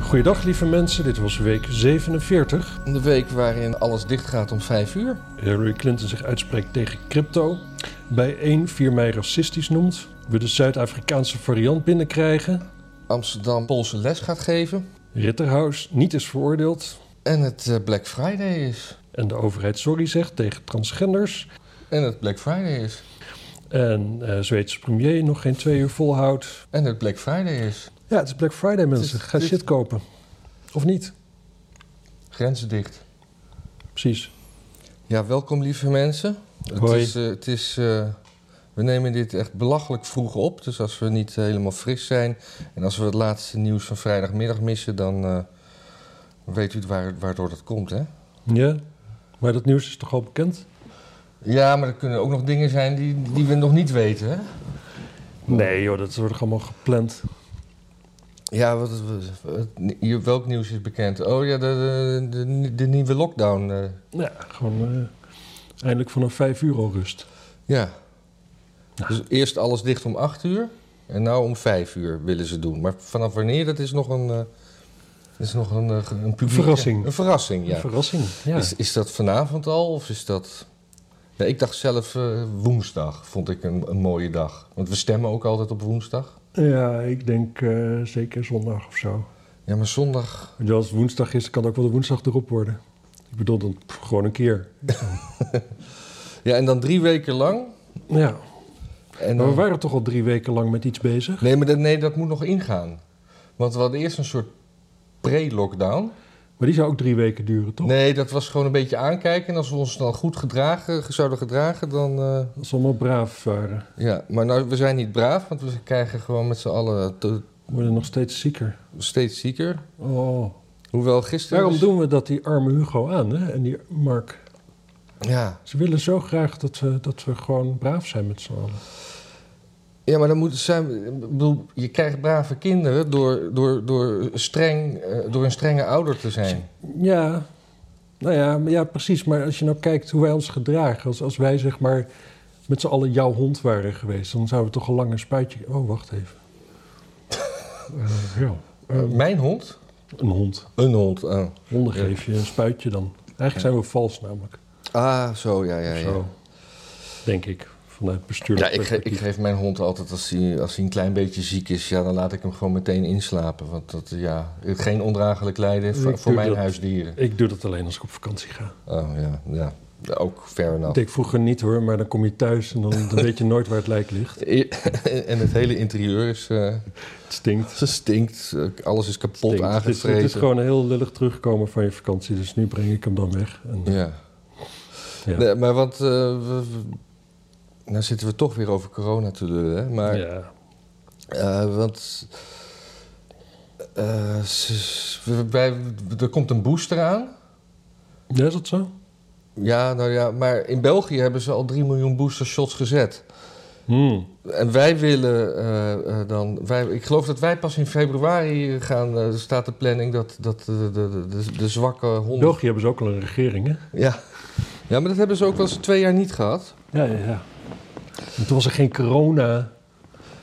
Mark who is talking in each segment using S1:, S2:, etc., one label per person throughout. S1: Goeiedag lieve mensen, dit was week 47.
S2: De week waarin alles dicht gaat om vijf uur.
S1: Hillary Clinton zich uitspreekt tegen crypto. Bij 1 4 mei racistisch noemt. We de Zuid-Afrikaanse variant binnenkrijgen.
S2: Amsterdam Poolse les gaat geven.
S1: Ritterhaus niet is veroordeeld.
S2: En het eh, Black Friday is.
S1: En de overheid sorry zegt tegen transgenders.
S2: En het Black Friday is.
S1: En eh Zweedse premier nog geen twee uur volhoudt.
S2: En het Black Friday is.
S1: Ja, het is Black Friday mensen. Ga
S2: dit-
S1: shit kopen. Of niet?
S2: Grenzen dicht.
S1: Precies.
S2: Ja, welkom lieve mensen.
S1: Hoi.
S2: Het is, eh, het is, eh, we nemen dit echt belachelijk vroeg op. Dus als we niet eh, helemaal fris zijn en als we het laatste nieuws van vrijdagmiddag missen, dan eh, weet u het waar, waardoor dat komt, hè?
S1: Ja, maar dat nieuws is toch al bekend?
S2: Ja, maar er kunnen ook nog dingen zijn die, die we nog niet weten, hè?
S1: Nee joh, dat wordt toch allemaal gepland.
S2: Ja, wat, wat- wat- hier, welk nieuws is bekend? Oh ja, de, de, de, de nieuwe lockdown. eh.
S1: Ja, gewoon eh, eindelijk vanaf vijf uur al rust.
S2: ja. Dus eerst alles dicht om 8 uur en nou om 5 uur willen ze doen. Maar vanaf wanneer, dat is nog een, eh, is nog een, eh, ge- een publieke-
S1: Verrassing.
S2: Een verrassing, ja.
S1: Een verrassing. Ja.
S2: Is, is dat vanavond al of is dat... Ja, ik dacht zelf eh, woensdag, vond ik een, een mooie dag. Want we stemmen ook altijd op woensdag.
S1: ja, ik denk eh, zeker zondag of zo.
S2: Ja, maar zondag...
S1: Want Als het woensdag is, kan het ook wel de woensdag erop worden. Ik bedoel, dan pff, gewoon een keer.
S2: Ja, en dan drie weken lang.
S1: Ja,
S2: En
S1: maar we
S2: dan-
S1: waren toch al drie weken lang met iets bezig.
S2: Nee, maar dat, nee, dat moet nog ingaan. Want we hadden eerst een soort pre-lockdown.
S1: Maar die zou ook drie weken duren, toch?
S2: Nee, dat was gewoon een beetje aankijken. En als we ons dan goed gedragen, zouden gedragen, dan... eh,
S1: Als we allemaal braaf waren.
S2: ja, maar nou, we zijn niet braaf, want we krijgen gewoon met z'n allen te-
S1: We worden nog steeds zieker.
S2: steeds zieker.
S1: Oh.
S2: Hoewel gisteren... dus-
S1: Waarom doen we dat die arme Hugo aan, hè? En die Mark.
S2: Ja.
S1: Ze willen zo graag dat we, dat we gewoon braaf zijn met z'n allen.
S2: ja, maar dan moeten zijn... Ik bedoel, je krijgt brave kinderen door, door, door, streng, eh, door een strenge ouder te zijn.
S1: Ja, nou ja, maar ja, precies. Maar als je nou kijkt hoe wij ons gedragen, als, als wij zeg maar met z'n allen jouw hond waren geweest, dan zouden we toch al lang een spuitje. Oh, wacht even. Eh, ja, eh,
S2: Mijn hond?
S1: een hond. oh.
S2: Een hond. ah.
S1: Honden geef je een spuitje dan. Eigenlijk zijn we vals namelijk.
S2: Ah, zo, ja, ja, ja.
S1: Zo, denk ik, vanuit
S2: Ja,
S1: bestuurlijk
S2: ik, ge- ik
S1: perspectief.
S2: geef mijn hond altijd als hij, als hij een klein beetje ziek is, ja, dan laat ik hem gewoon meteen inslapen. Want dat, ja, geen ondraaglijk lijden voor,
S1: Ik
S2: voor
S1: doe
S2: mijn
S1: dat.
S2: huisdieren.
S1: Ik doe dat alleen als ik op vakantie ga.
S2: Oh ja, ja. Ook fair
S1: Dat
S2: enough.
S1: deed ik vroeger niet hoor, maar dan kom je thuis en dan, dan weet je nooit waar het lijk ligt.
S2: en het hele interieur is eh
S1: Het stinkt.
S2: ze stinkt, eh, alles is kapot
S1: stinkt. Het is,
S2: aangevreten.
S1: het is gewoon een heel lullig terugkomen van je vakantie, dus nu breng ik hem dan weg. En,
S2: Ja.
S1: Ja.
S2: Nee, maar wat... eh, we- we- nou zitten we toch weer over corona te lullen, hè? Maar
S1: ja.
S2: Eh, want eh, ze- we- wij- er komt een booster aan.
S1: Ja, is dat zo?
S2: Ja, nou ja, maar in België hebben ze al 3 miljoen booster shots gezet.
S1: Hmm.
S2: En wij willen eh, eh, dan, wij, ik geloof dat wij pas in februari gaan, eh, er staat de planning dat, dat de, de, de, de zwakke honden.
S1: België hebben ze ook al een regering, hè?
S2: Ja. ja, maar dat hebben ze ook wel eens twee jaar niet gehad.
S1: Ja, ja, ja. En toen was er geen corona.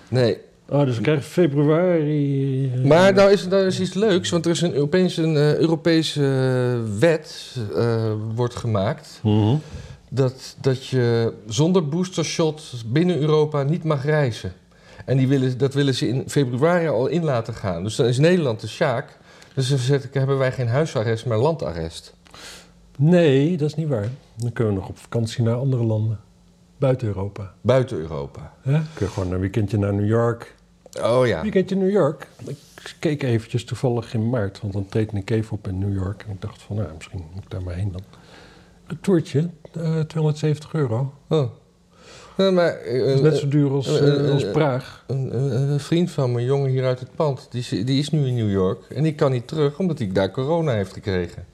S2: Nee,
S1: Oh, dus we krijgen februari... eh,
S2: Maar nou is, nou is iets leuks, want er is een, opeens een eh, Europese eh, wet eh, wordt gemaakt.
S1: Mhm.
S2: dat, dat je zonder boostershot binnen Europa niet mag reizen. En die willen, dat willen ze in februari al in laten gaan. Dus dan is Nederland de sjaak. Dus dan zet ik, hebben wij geen huisarrest, maar landarrest.
S1: Nee, dat is niet waar. Dan kunnen we nog op vakantie naar andere landen. Buiten Europa.
S2: Buiten Europa.
S1: Hè? Dan kun je gewoon een weekendje naar New York.
S2: Oh ja.
S1: Weekendje New York. Ik keek eventjes toevallig in maart, want dan treedt Nick even op in New York. En ik dacht van, nou, misschien moet ik daar maar heen dan. Een toertje, eh, 270 euro.
S2: Oh. Nee, maar, eh,
S1: Dat is net zo duur als, eh,
S2: eh, eh,
S1: als Praag.
S2: een, een- een vriend van mijn jongen hier uit het pand, die, is- die is nu in New York. En die kan niet terug, omdat hij daar corona heeft gekregen.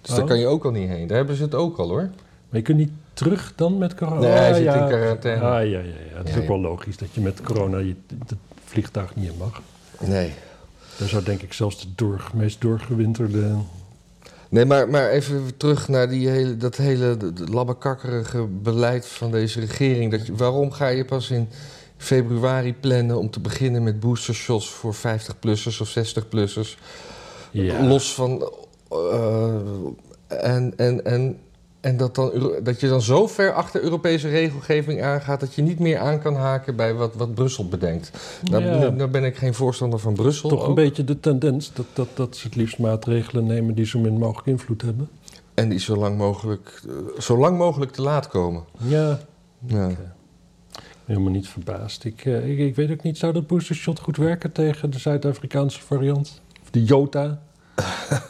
S2: Dus daar
S1: Oh.
S2: kan je ook al niet heen. Daar hebben ze het ook al hoor.
S1: Maar je kunt niet terug dan met corona?
S2: Nee, hij
S1: Ah,
S2: zit
S1: ja.
S2: in quarantaine.
S1: Ah, ja, ja, ja. Het is
S2: Ja,
S1: ook
S2: ja.
S1: wel logisch dat je met corona je het vliegtuig niet in mag.
S2: Nee.
S1: Daar zou denk ik zelfs de door, meest doorgewinterde...
S2: Nee, maar, maar even terug naar die hele, dat hele d- d- labbekakkerige beleid van deze regering. Dat je, waarom ga je pas in februari plannen om te beginnen met boostershots voor 50-plussers of 60-plussers?
S1: Ja.
S2: Los van. eh, en, en, en, en dat, dan, Euro- dat je dan zo ver achter Europese regelgeving aangaat dat je niet meer aan kan haken bij wat, wat Brussel bedenkt. Daar,
S1: Ja.
S2: daar- daar ben ik geen voorstander van Brussel.
S1: Toch een
S2: ook.
S1: beetje de tendens dat, dat, dat ze het liefst maatregelen nemen die zo min mogelijk invloed hebben.
S2: En die zo lang mogelijk, eh, zo lang mogelijk te laat komen.
S1: Ja,
S2: Ja.
S1: helemaal niet verbaasd. Ik, eh, ik, ik weet ook niet, zou dat boostershot goed werken tegen de Zuid-Afrikaanse variant? Of de Jota?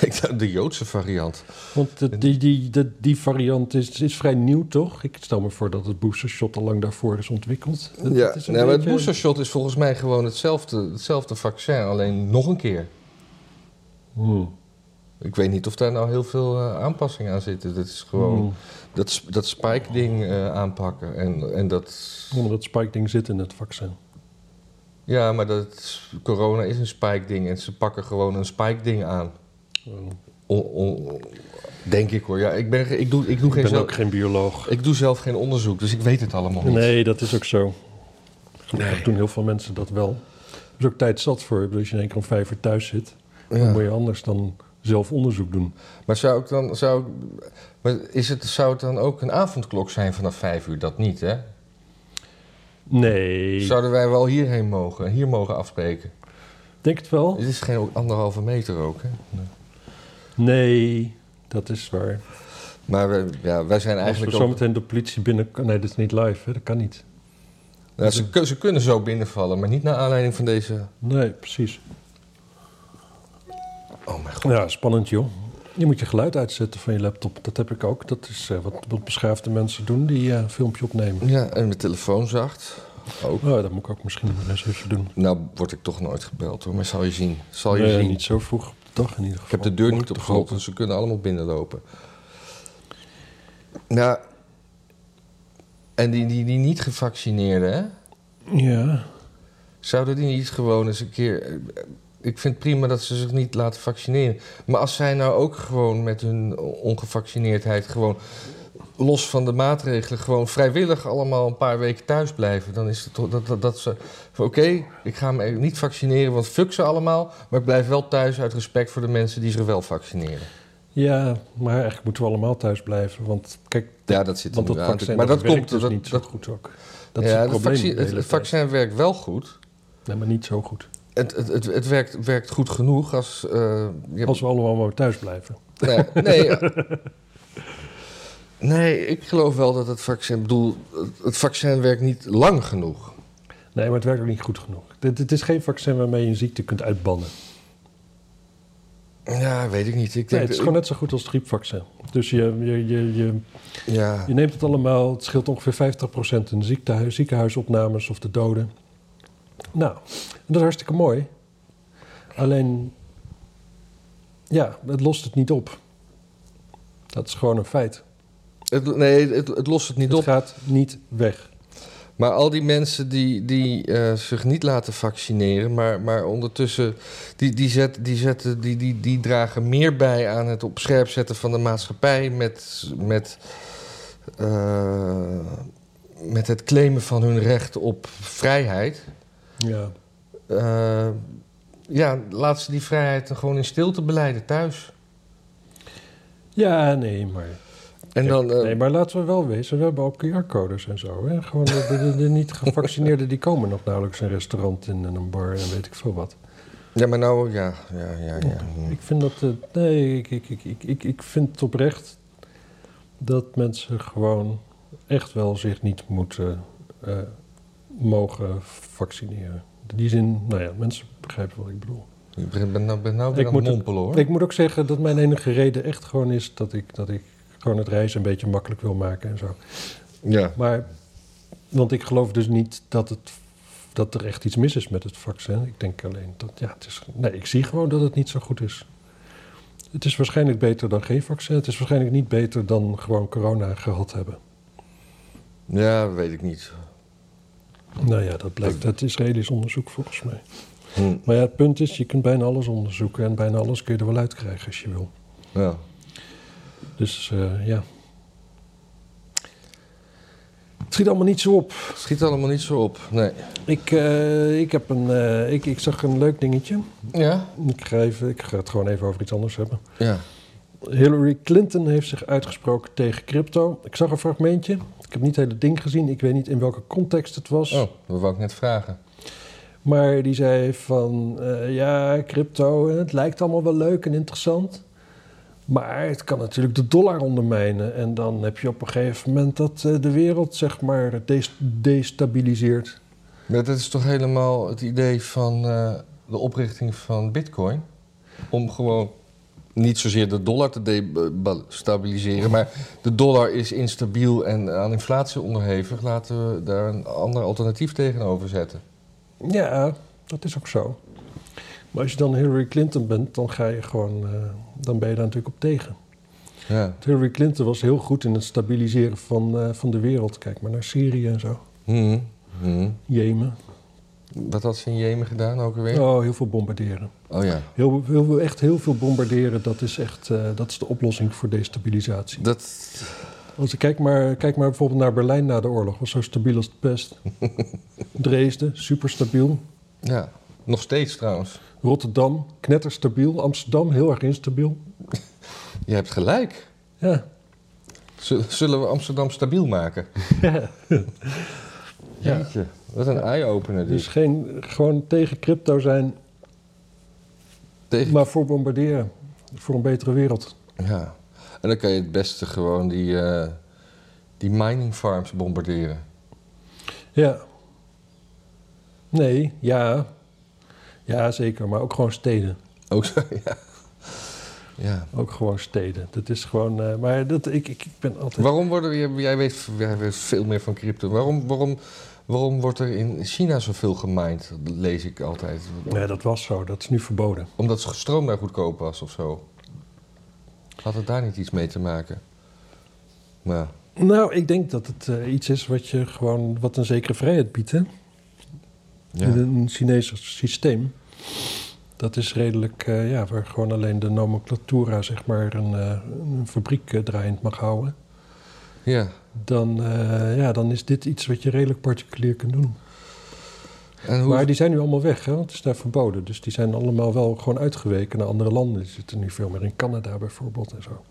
S2: Ik dacht, De Joodse variant.
S1: Want de- die, die, de- die variant is, is vrij nieuw, toch? Ik stel me voor dat het boostershot al lang daarvoor is ontwikkeld. Dat-
S2: ja,
S1: dat is een
S2: nee, maar het
S1: beetje-
S2: boostershot is volgens mij gewoon hetzelfde, hetzelfde vaccin, alleen nog een keer.
S1: Hmm.
S2: Ik weet niet of daar nou heel veel eh, aanpassingen aan zitten. Dat is gewoon
S1: Hmm.
S2: dat, sp- dat spike-ding eh, aanpakken. En, en dat.
S1: Ja, maar dat spike-ding zit in het vaccin.
S2: Ja, maar dat, corona is een spike-ding en ze pakken gewoon een spike-ding aan.
S1: Oh.
S2: O- o- denk ik hoor. Ja, ik, ben, ge- ik, doe, ik, doe
S1: Ik
S2: geen
S1: ben
S2: zelf,
S1: ook geen bioloog.
S2: ik doe zelf geen onderzoek, dus ik weet het allemaal niet.
S1: Nee, dat is ook zo. Gelukkig
S2: Nee.
S1: doen heel veel mensen dat wel. Er is ook tijd zat voor. Ik bedoel, Als je in één keer om vijf uur thuis zit, dan
S2: Ja.
S1: moet je anders dan zelf onderzoek doen.
S2: Maar zou ik dan. Zou, ik- maar is het, zou het dan ook een avondklok zijn vanaf vijf uur? Dat niet, hè?
S1: Nee,
S2: Zouden wij wel hierheen mogen, en hier mogen afspreken?
S1: ik denk het wel.
S2: Dit is geen anderhalve meter ook, hè?
S1: Nee, dat is waar.
S2: Maar we- ja, wij zijn
S1: Als we
S2: eigenlijk ook...
S1: zometeen de politie binnen... Nee, dat is niet live, hè? dat kan niet.
S2: Nou, ze, kun- ze kunnen zo binnenvallen, maar niet naar aanleiding van deze...
S1: Nee, precies.
S2: Oh mijn god.
S1: Ja, spannend joh. Je moet je geluid uitzetten van je laptop. Dat heb ik ook. Dat is eh, wat, wat beschaafde mensen doen die eh, een filmpje opnemen.
S2: Ja, en mijn telefoon zacht. Ook.
S1: Oh, dat moet ik ook misschien nog eens even doen.
S2: Nou word ik toch nooit gebeld hoor, maar zal je zien. Zal je
S1: Nee,
S2: zien.
S1: niet zo vroeg op de dag in ieder
S2: Ik
S1: geval.
S2: heb de deur
S1: Moet
S2: niet op
S1: toch
S2: slot,
S1: open.
S2: dus ze kunnen allemaal binnenlopen. Nou, en die, die, die niet gevaccineerden, hè?
S1: Ja.
S2: Zouden die niet gewoon eens een keer... eh, Ik vind prima dat ze zich niet laten vaccineren. Maar als zij nou ook gewoon met hun ongevaccineerdheid... gewoon los van de maatregelen... gewoon vrijwillig allemaal een paar weken thuis blijven... dan is het toch dat, dat, dat ze... van, Oké, ik ga me niet vaccineren, want fuck ze allemaal... maar ik blijf wel thuis uit respect voor de mensen die zich wel vaccineren.
S1: ja, maar eigenlijk moeten we allemaal thuis blijven. Want kijk,
S2: Ja, dat zit er
S1: want
S2: nu
S1: dat
S2: aan.
S1: vaccin
S2: Maar dat
S1: werkt
S2: komt...
S1: dus
S2: dat,
S1: niet zo
S2: dat-
S1: goed ook. Dat
S2: ja,
S1: is het
S2: het,
S1: probleem.
S2: vaccin,
S1: de
S2: het,
S1: hele
S2: het
S1: tijd.
S2: vaccin werkt wel goed...
S1: Nee, maar niet zo goed.
S2: Het, het, het, het werkt, werkt goed genoeg als... eh, je hebt-
S1: Als we allemaal maar thuis blijven.
S2: Nee, nee, ja. nee, ik geloof wel dat het vaccin, ik bedoel, het- het vaccin werkt niet lang genoeg.
S1: Nee, maar het werkt ook niet goed genoeg. Dit, het is geen vaccin waarmee je een ziekte kunt uitbannen.
S2: Ja, weet ik niet. Ik denk,
S1: Nee, het is gewoon net zo goed als het griepvaccin. Dus je, je, je, je,
S2: ja,
S1: je neemt het allemaal. Het scheelt ongeveer 50% in de ziektehuis, ziekenhuisopnames of de doden. Nou, en dat is hartstikke mooi. Alleen, ja, het lost het niet op. Dat is gewoon een feit.
S2: het, nee het, het lost het niet
S1: het
S2: op.
S1: gaat niet weg.
S2: Maar al die mensen die, die eh, zich niet laten vaccineren, maar, maar ondertussen, die, die, zet, die, zetten, die, die, die dragen meer bij aan het op scherp zetten van de maatschappij met, met, eh, met het claimen van hun recht op vrijheid.
S1: Ja.
S2: Eh, ja, laat ze die vrijheid gewoon in stilte beleiden thuis.
S1: Ja, nee, maar
S2: En
S1: Kijk,
S2: dan, eh,
S1: nee, maar laten we wel wezen, we hebben ook QR-codes en zo. Hè? Gewoon de, de- de niet-gevaccineerden die komen nog nauwelijks een restaurant in en een bar en weet ik veel wat.
S2: ja, maar nou, ja, ja, ja, ja.
S1: Ik vind dat, eh, nee, ik, ik, ik, ik, ik, ik vind het oprecht dat mensen gewoon echt wel zich niet moeten eh, mogen vaccineren. In die zin, nou ja, mensen begrijpen wat ik bedoel.
S2: Ik ben, ben nou, ben nou
S1: Ik
S2: weer aan
S1: moet
S2: het
S1: het-
S2: mompelen, hoor.
S1: Ik moet ook zeggen dat mijn enige reden echt gewoon is dat ik, dat ik gewoon het reizen een beetje makkelijk wil maken en zo.
S2: Ja.
S1: Maar, want ik geloof dus niet dat, het, dat er echt iets mis is met het vaccin. Ik denk alleen dat, ja, het is, nee, ik zie gewoon dat het niet zo goed is. Het is waarschijnlijk beter dan geen vaccin. Het is waarschijnlijk niet beter dan gewoon corona gehad hebben.
S2: ja, weet ik niet.
S1: Nou ja, dat blijkt uit Israëlisch onderzoek volgens mij.
S2: Hm,
S1: Maar ja, het punt is, je kunt bijna alles onderzoeken en bijna alles kun je er wel uitkrijgen als je wil.
S2: ja.
S1: Dus eh, ja. Het schiet allemaal niet zo op.
S2: Schiet allemaal niet zo op. Nee.
S1: Ik, eh, ik, heb een, eh, ik, ik zag een leuk dingetje.
S2: Ja?
S1: Ik ga, even, ik ga het gewoon even over iets anders hebben.
S2: Ja.
S1: Hillary Clinton heeft zich uitgesproken tegen crypto. Ik zag een fragmentje. Ik heb niet het hele ding gezien. Ik weet niet in welke context het was.
S2: Oh, dat wou ik net vragen.
S1: Maar die zei van, eh, ja, crypto, eh, het lijkt allemaal wel leuk en interessant. Maar het kan natuurlijk de dollar ondermijnen. En dan heb je op een gegeven moment dat eh, de wereld, zeg maar, des- destabiliseert.
S2: Maar dat is toch helemaal het idee van eh, de oprichting van Bitcoin? Om gewoon niet zozeer de dollar te destabiliseren, maar de dollar is instabiel en aan inflatie onderhevig. Laten we daar een ander alternatief tegenover zetten.
S1: Ja, dat is ook zo. Maar als je dan Hillary Clinton bent, dan ga je gewoon, eh, dan ben je daar natuurlijk op tegen.
S2: Ja.
S1: Want Hillary Clinton was heel goed in het stabiliseren van, eh, van de wereld. Kijk maar naar Syrië en zo.
S2: Mhm. Mhm.
S1: Jemen.
S2: Wat had ze in Jemen gedaan ook alweer?
S1: Oh, heel veel bombarderen.
S2: Oh ja.
S1: Heel, heel, echt heel veel bombarderen, dat is echt eh, dat is de oplossing voor destabilisatie.
S2: Dat,
S1: Als ik kijk, maar, kijk maar bijvoorbeeld naar Berlijn na de oorlog, was zo stabiel als het pest. Dresden, superstabiel.
S2: ja. Nog steeds trouwens.
S1: Rotterdam, knetterstabiel. Amsterdam, heel erg instabiel.
S2: Je hebt gelijk.
S1: Ja.
S2: Zul- Zullen we Amsterdam stabiel maken?
S1: ja.
S2: Jeetje. Wat een eye-opener
S1: Dus
S2: dus.
S1: geen, gewoon tegen crypto zijn,
S2: Tegen-
S1: maar voor bombarderen. Voor een betere wereld.
S2: Ja. En dan kan je het beste gewoon die, eh, die mining farms bombarderen.
S1: Ja. Nee, ja. Ja, zeker. Maar ook gewoon steden.
S2: Ook zo, ja. ja.
S1: Ook gewoon steden. Dat is gewoon. eh, maar dat, ik, ik, ik ben altijd.
S2: Waarom worden, jij- jij weet, jij weet veel meer van crypto. Waarom, waarom, waarom wordt er in China zoveel gemined? Dat lees ik altijd.
S1: Nee, dat was zo. Dat is nu verboden.
S2: Omdat ze stroom daar goedkoop was of zo. Had het daar niet iets mee te maken? Maar
S1: Nou, ik denk dat het eh, iets is wat je gewoon. wat een zekere vrijheid biedt. Hè?
S2: ja.
S1: In een Chinees systeem. Dat is redelijk. eh, ja, waar gewoon alleen de nomenclatura, zeg maar. een, eh, een fabriek eh, draaiend mag houden.
S2: ja.
S1: Dan, eh, ja, dan is dit iets wat je redelijk particulier kunt doen.
S2: En hoe,
S1: Maar die zijn nu allemaal weg, hè? want het is daar verboden. Dus die zijn allemaal wel gewoon uitgeweken naar andere landen. Die zitten nu veel meer in Canada bijvoorbeeld en zo.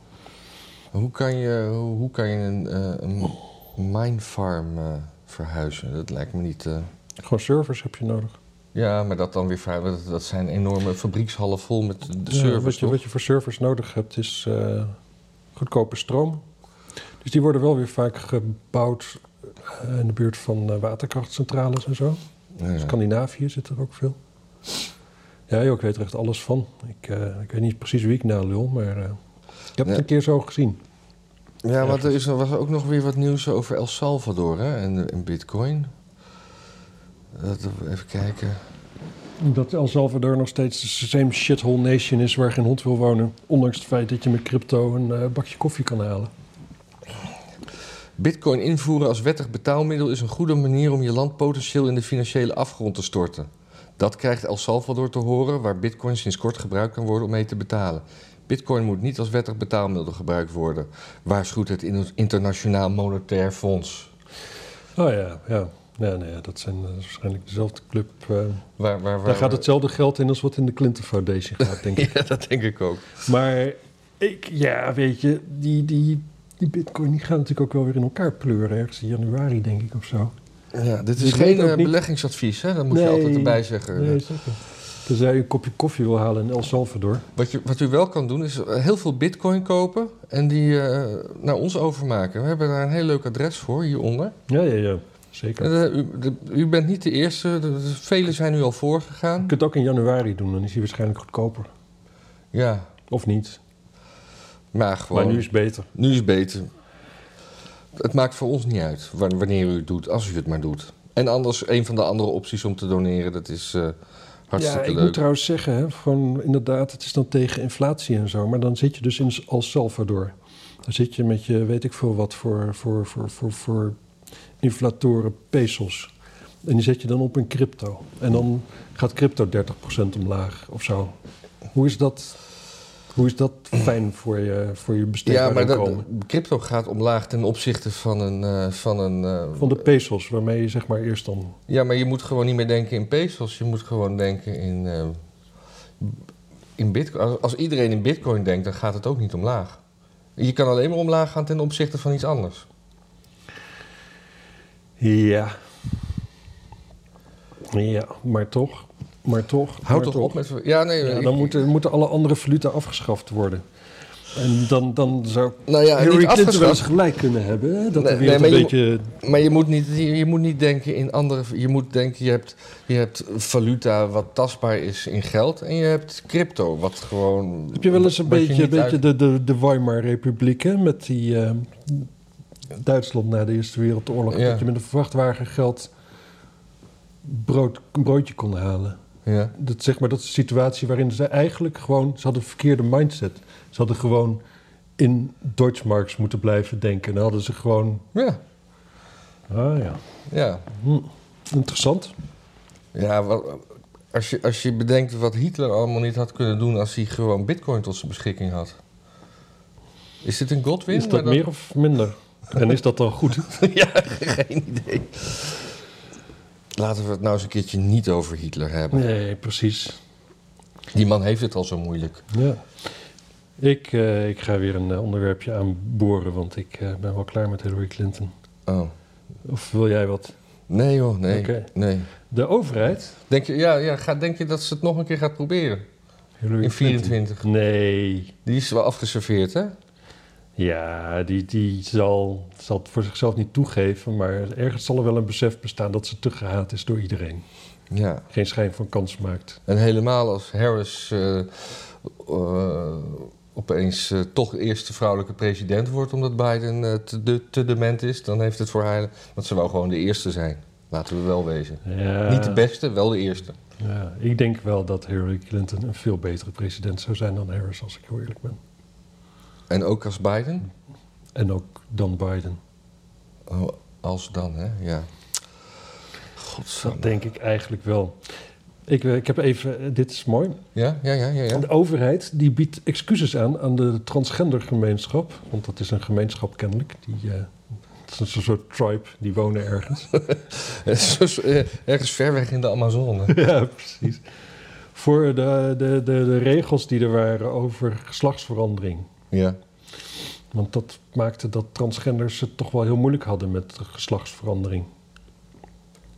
S2: hoe, kan je, hoe, hoe kan je een, eh, een minefarm eh, verhuizen? Dat lijkt me niet... eh,
S1: Gewoon servers heb je nodig.
S2: Ja, maar dat dan weer vrij. Dat, dat zijn enorme fabriekshallen vol met de
S1: Ja,
S2: servers.
S1: wat, je,
S2: toch?
S1: wat je voor servers nodig hebt is eh, goedkope stroom. Dus die worden wel weer vaak gebouwd eh, in de buurt van eh, waterkrachtcentrales en zo.
S2: Ja, ja.
S1: Scandinavië zit er ook veel. Ja, joh, ik weet er echt alles van. Ik, eh, ik weet niet precies wie ik nalul, maar eh, ik heb
S2: Ja.
S1: het een keer zo gezien.
S2: ja, want er is, er was ook nog weer wat nieuws over El Salvador hè, en, en Bitcoin. Dat, even kijken.
S1: Dat El Salvador nog steeds de same shithole nation is waar geen hond wil wonen. Ondanks het feit dat je met crypto een eh, bakje koffie kan halen.
S2: Bitcoin invoeren als wettig betaalmiddel is een goede manier om je land potentieel in de financiële afgrond te storten. Dat krijgt El Salvador te horen, waar Bitcoin sinds kort gebruikt kan worden om mee te betalen. Bitcoin moet niet als wettig betaalmiddel gebruikt worden, waarschuwt het in- Internationaal Monetair Fonds.
S1: Oh ja, ja. Ja, nee, ja, dat zijn eh, waarschijnlijk dezelfde club. eh.
S2: Waar, waar, waar,
S1: daar gaat hetzelfde geld in als wat in de Clinton Foundation gaat, denk ik.
S2: Ja, dat denk ik ook.
S1: Maar ik, ja, weet je, die, die, die bitcoin die gaat natuurlijk ook wel weer in elkaar pleuren. Ergens in januari, denk ik, of zo.
S2: Ja, dit is
S1: Dus
S2: geen
S1: weet ook
S2: eh,
S1: niet-
S2: beleggingsadvies, hè? dat moet je
S1: Nee.
S2: altijd erbij zeggen.
S1: Nee, zeker. Tenzij je een kopje koffie wil halen in El Salvador.
S2: Wat, je, wat u wel kan doen, is eh, heel veel bitcoin kopen en die eh, naar ons overmaken. We hebben daar een heel leuk adres voor hieronder.
S1: Ja, ja, ja. Zeker.
S2: En, eh, u, de- u bent niet de eerste, de- de- velen zijn nu al voorgegaan.
S1: Je kunt het ook in januari doen, dan is hij waarschijnlijk goedkoper.
S2: Ja,
S1: Of niet.
S2: maar gewoon,
S1: Maar nu is het beter.
S2: nu is beter. Het maakt voor ons niet uit wa- wanneer u het doet, als u het maar doet. En anders, een van de andere opties om te doneren, dat is eh, hartstikke
S1: ja, ik
S2: leuk.
S1: moet trouwens zeggen, hè, gewoon inderdaad, het is dan tegen inflatie en zo. Maar dan zit je dus in El Salvador. Dan zit je met je, weet ik veel wat, voor, voor, voor, voor, voor inflatoren pesos. En die zet je dan op in crypto. En dan gaat crypto 30% omlaag of zo. Hoe is dat Hoe is dat fijn voor je, voor je
S2: Ja, maar
S1: besteedbaar
S2: dat,
S1: komen?
S2: crypto gaat omlaag ten opzichte van een... eh, van een eh,
S1: Van de pesos, waarmee je zeg maar eerst dan...
S2: Ja, maar je moet gewoon niet meer denken in pesos. Je moet gewoon denken in, eh, in bitcoin. Als, als iedereen in bitcoin denkt, dan gaat het ook niet omlaag. Je kan alleen maar omlaag gaan ten opzichte van iets anders.
S1: Ja. Ja, maar toch. Maar toch.
S2: Houd
S1: maar
S2: toch op met... Ja, nee.
S1: Ja,
S2: ik-
S1: dan moeten, moeten alle andere valuten afgeschaft worden. En dan, dan zou
S2: nou ja,
S1: Hillary
S2: niet
S1: Clinton wel eens
S2: afgeschaft.
S1: gelijk kunnen hebben. Hè? Dat
S2: Nee,
S1: de wereld
S2: nee, maar
S1: een beetje...
S2: Maar je moet, niet, je, je moet niet denken in andere... Je moet denken, je hebt, je hebt valuta wat tastbaar is in geld. En je hebt crypto, wat gewoon...
S1: Heb je wel eens een
S2: wat je
S1: beetje,
S2: niet
S1: beetje
S2: uit-
S1: de, de, de Weimar-republiek, hè? Met die eh, Duitsland na de Eerste Wereldoorlog.
S2: Ja.
S1: Dat je met een vrachtwagen geld brood, een broodje kon halen.
S2: Ja.
S1: Dat, zeg maar, dat is een situatie waarin ze eigenlijk gewoon... Ze hadden een verkeerde mindset. Ze hadden gewoon in Deutschmarks moeten blijven denken. Dan hadden ze gewoon...
S2: Ja,
S1: Ah ja.
S2: ja.
S1: Hm. Interessant.
S2: Ja, wa- als je, als je bedenkt wat Hitler allemaal niet had kunnen doen als hij gewoon bitcoin tot zijn beschikking had. Is dit een godwin?
S1: Is dat
S2: Maar
S1: meer of minder? En is dat dan goed?
S2: ja, geen idee. Laten we het nou eens een keertje niet over Hitler hebben.
S1: Nee, precies.
S2: Die man heeft het al zo moeilijk.
S1: Ja. Ik, eh, ik ga weer een eh, onderwerpje aanboren, want ik eh, ben wel klaar met Hillary Clinton.
S2: Oh.
S1: Of wil jij wat?
S2: Nee joh, nee.
S1: Oké.
S2: nee.
S1: De overheid?
S2: Denk, je, ja, ja, ga, denk je dat ze het nog een keer gaat proberen?
S1: Hillary
S2: In
S1: Clinton.
S2: 24.
S1: Nee.
S2: Die is wel afgeserveerd, hè?
S1: Ja, die, die zal, zal het voor zichzelf niet toegeven, maar ergens zal er wel een besef bestaan dat ze te gehaat is door iedereen.
S2: Ja.
S1: Geen schijn van kans maakt.
S2: En helemaal als Harris eh, eh, opeens eh, toch eerste vrouwelijke president wordt omdat Biden eh, te, de, te dement is, dan heeft het voor haar. Want ze wou gewoon de eerste zijn. Laten we wel wezen.
S1: Ja,
S2: Niet de beste, wel de eerste.
S1: Ja, ik denk wel dat Hillary Clinton een veel betere president zou zijn dan Harris, als ik heel eerlijk ben.
S2: En ook als Biden?
S1: En ook dan Biden.
S2: Oh, als dan, hè? Ja.
S1: Dat
S2: Godsamme.
S1: denk ik eigenlijk wel. Ik, eh, ik heb even, eh, dit is mooi.
S2: Ja, ja, ja, ja. ja.
S1: De overheid die biedt excuses aan aan de transgendergemeenschap. Want dat is een gemeenschap kennelijk. Die, eh het is een soort- soort tribe, die wonen ergens.
S2: dus, eh, Ergens ver weg in de Amazone.
S1: ja, precies. Voor de, de, de, de regels die er waren over geslachtsverandering.
S2: Ja.
S1: Want dat maakte dat transgenders het toch wel heel moeilijk hadden met de geslachtsverandering.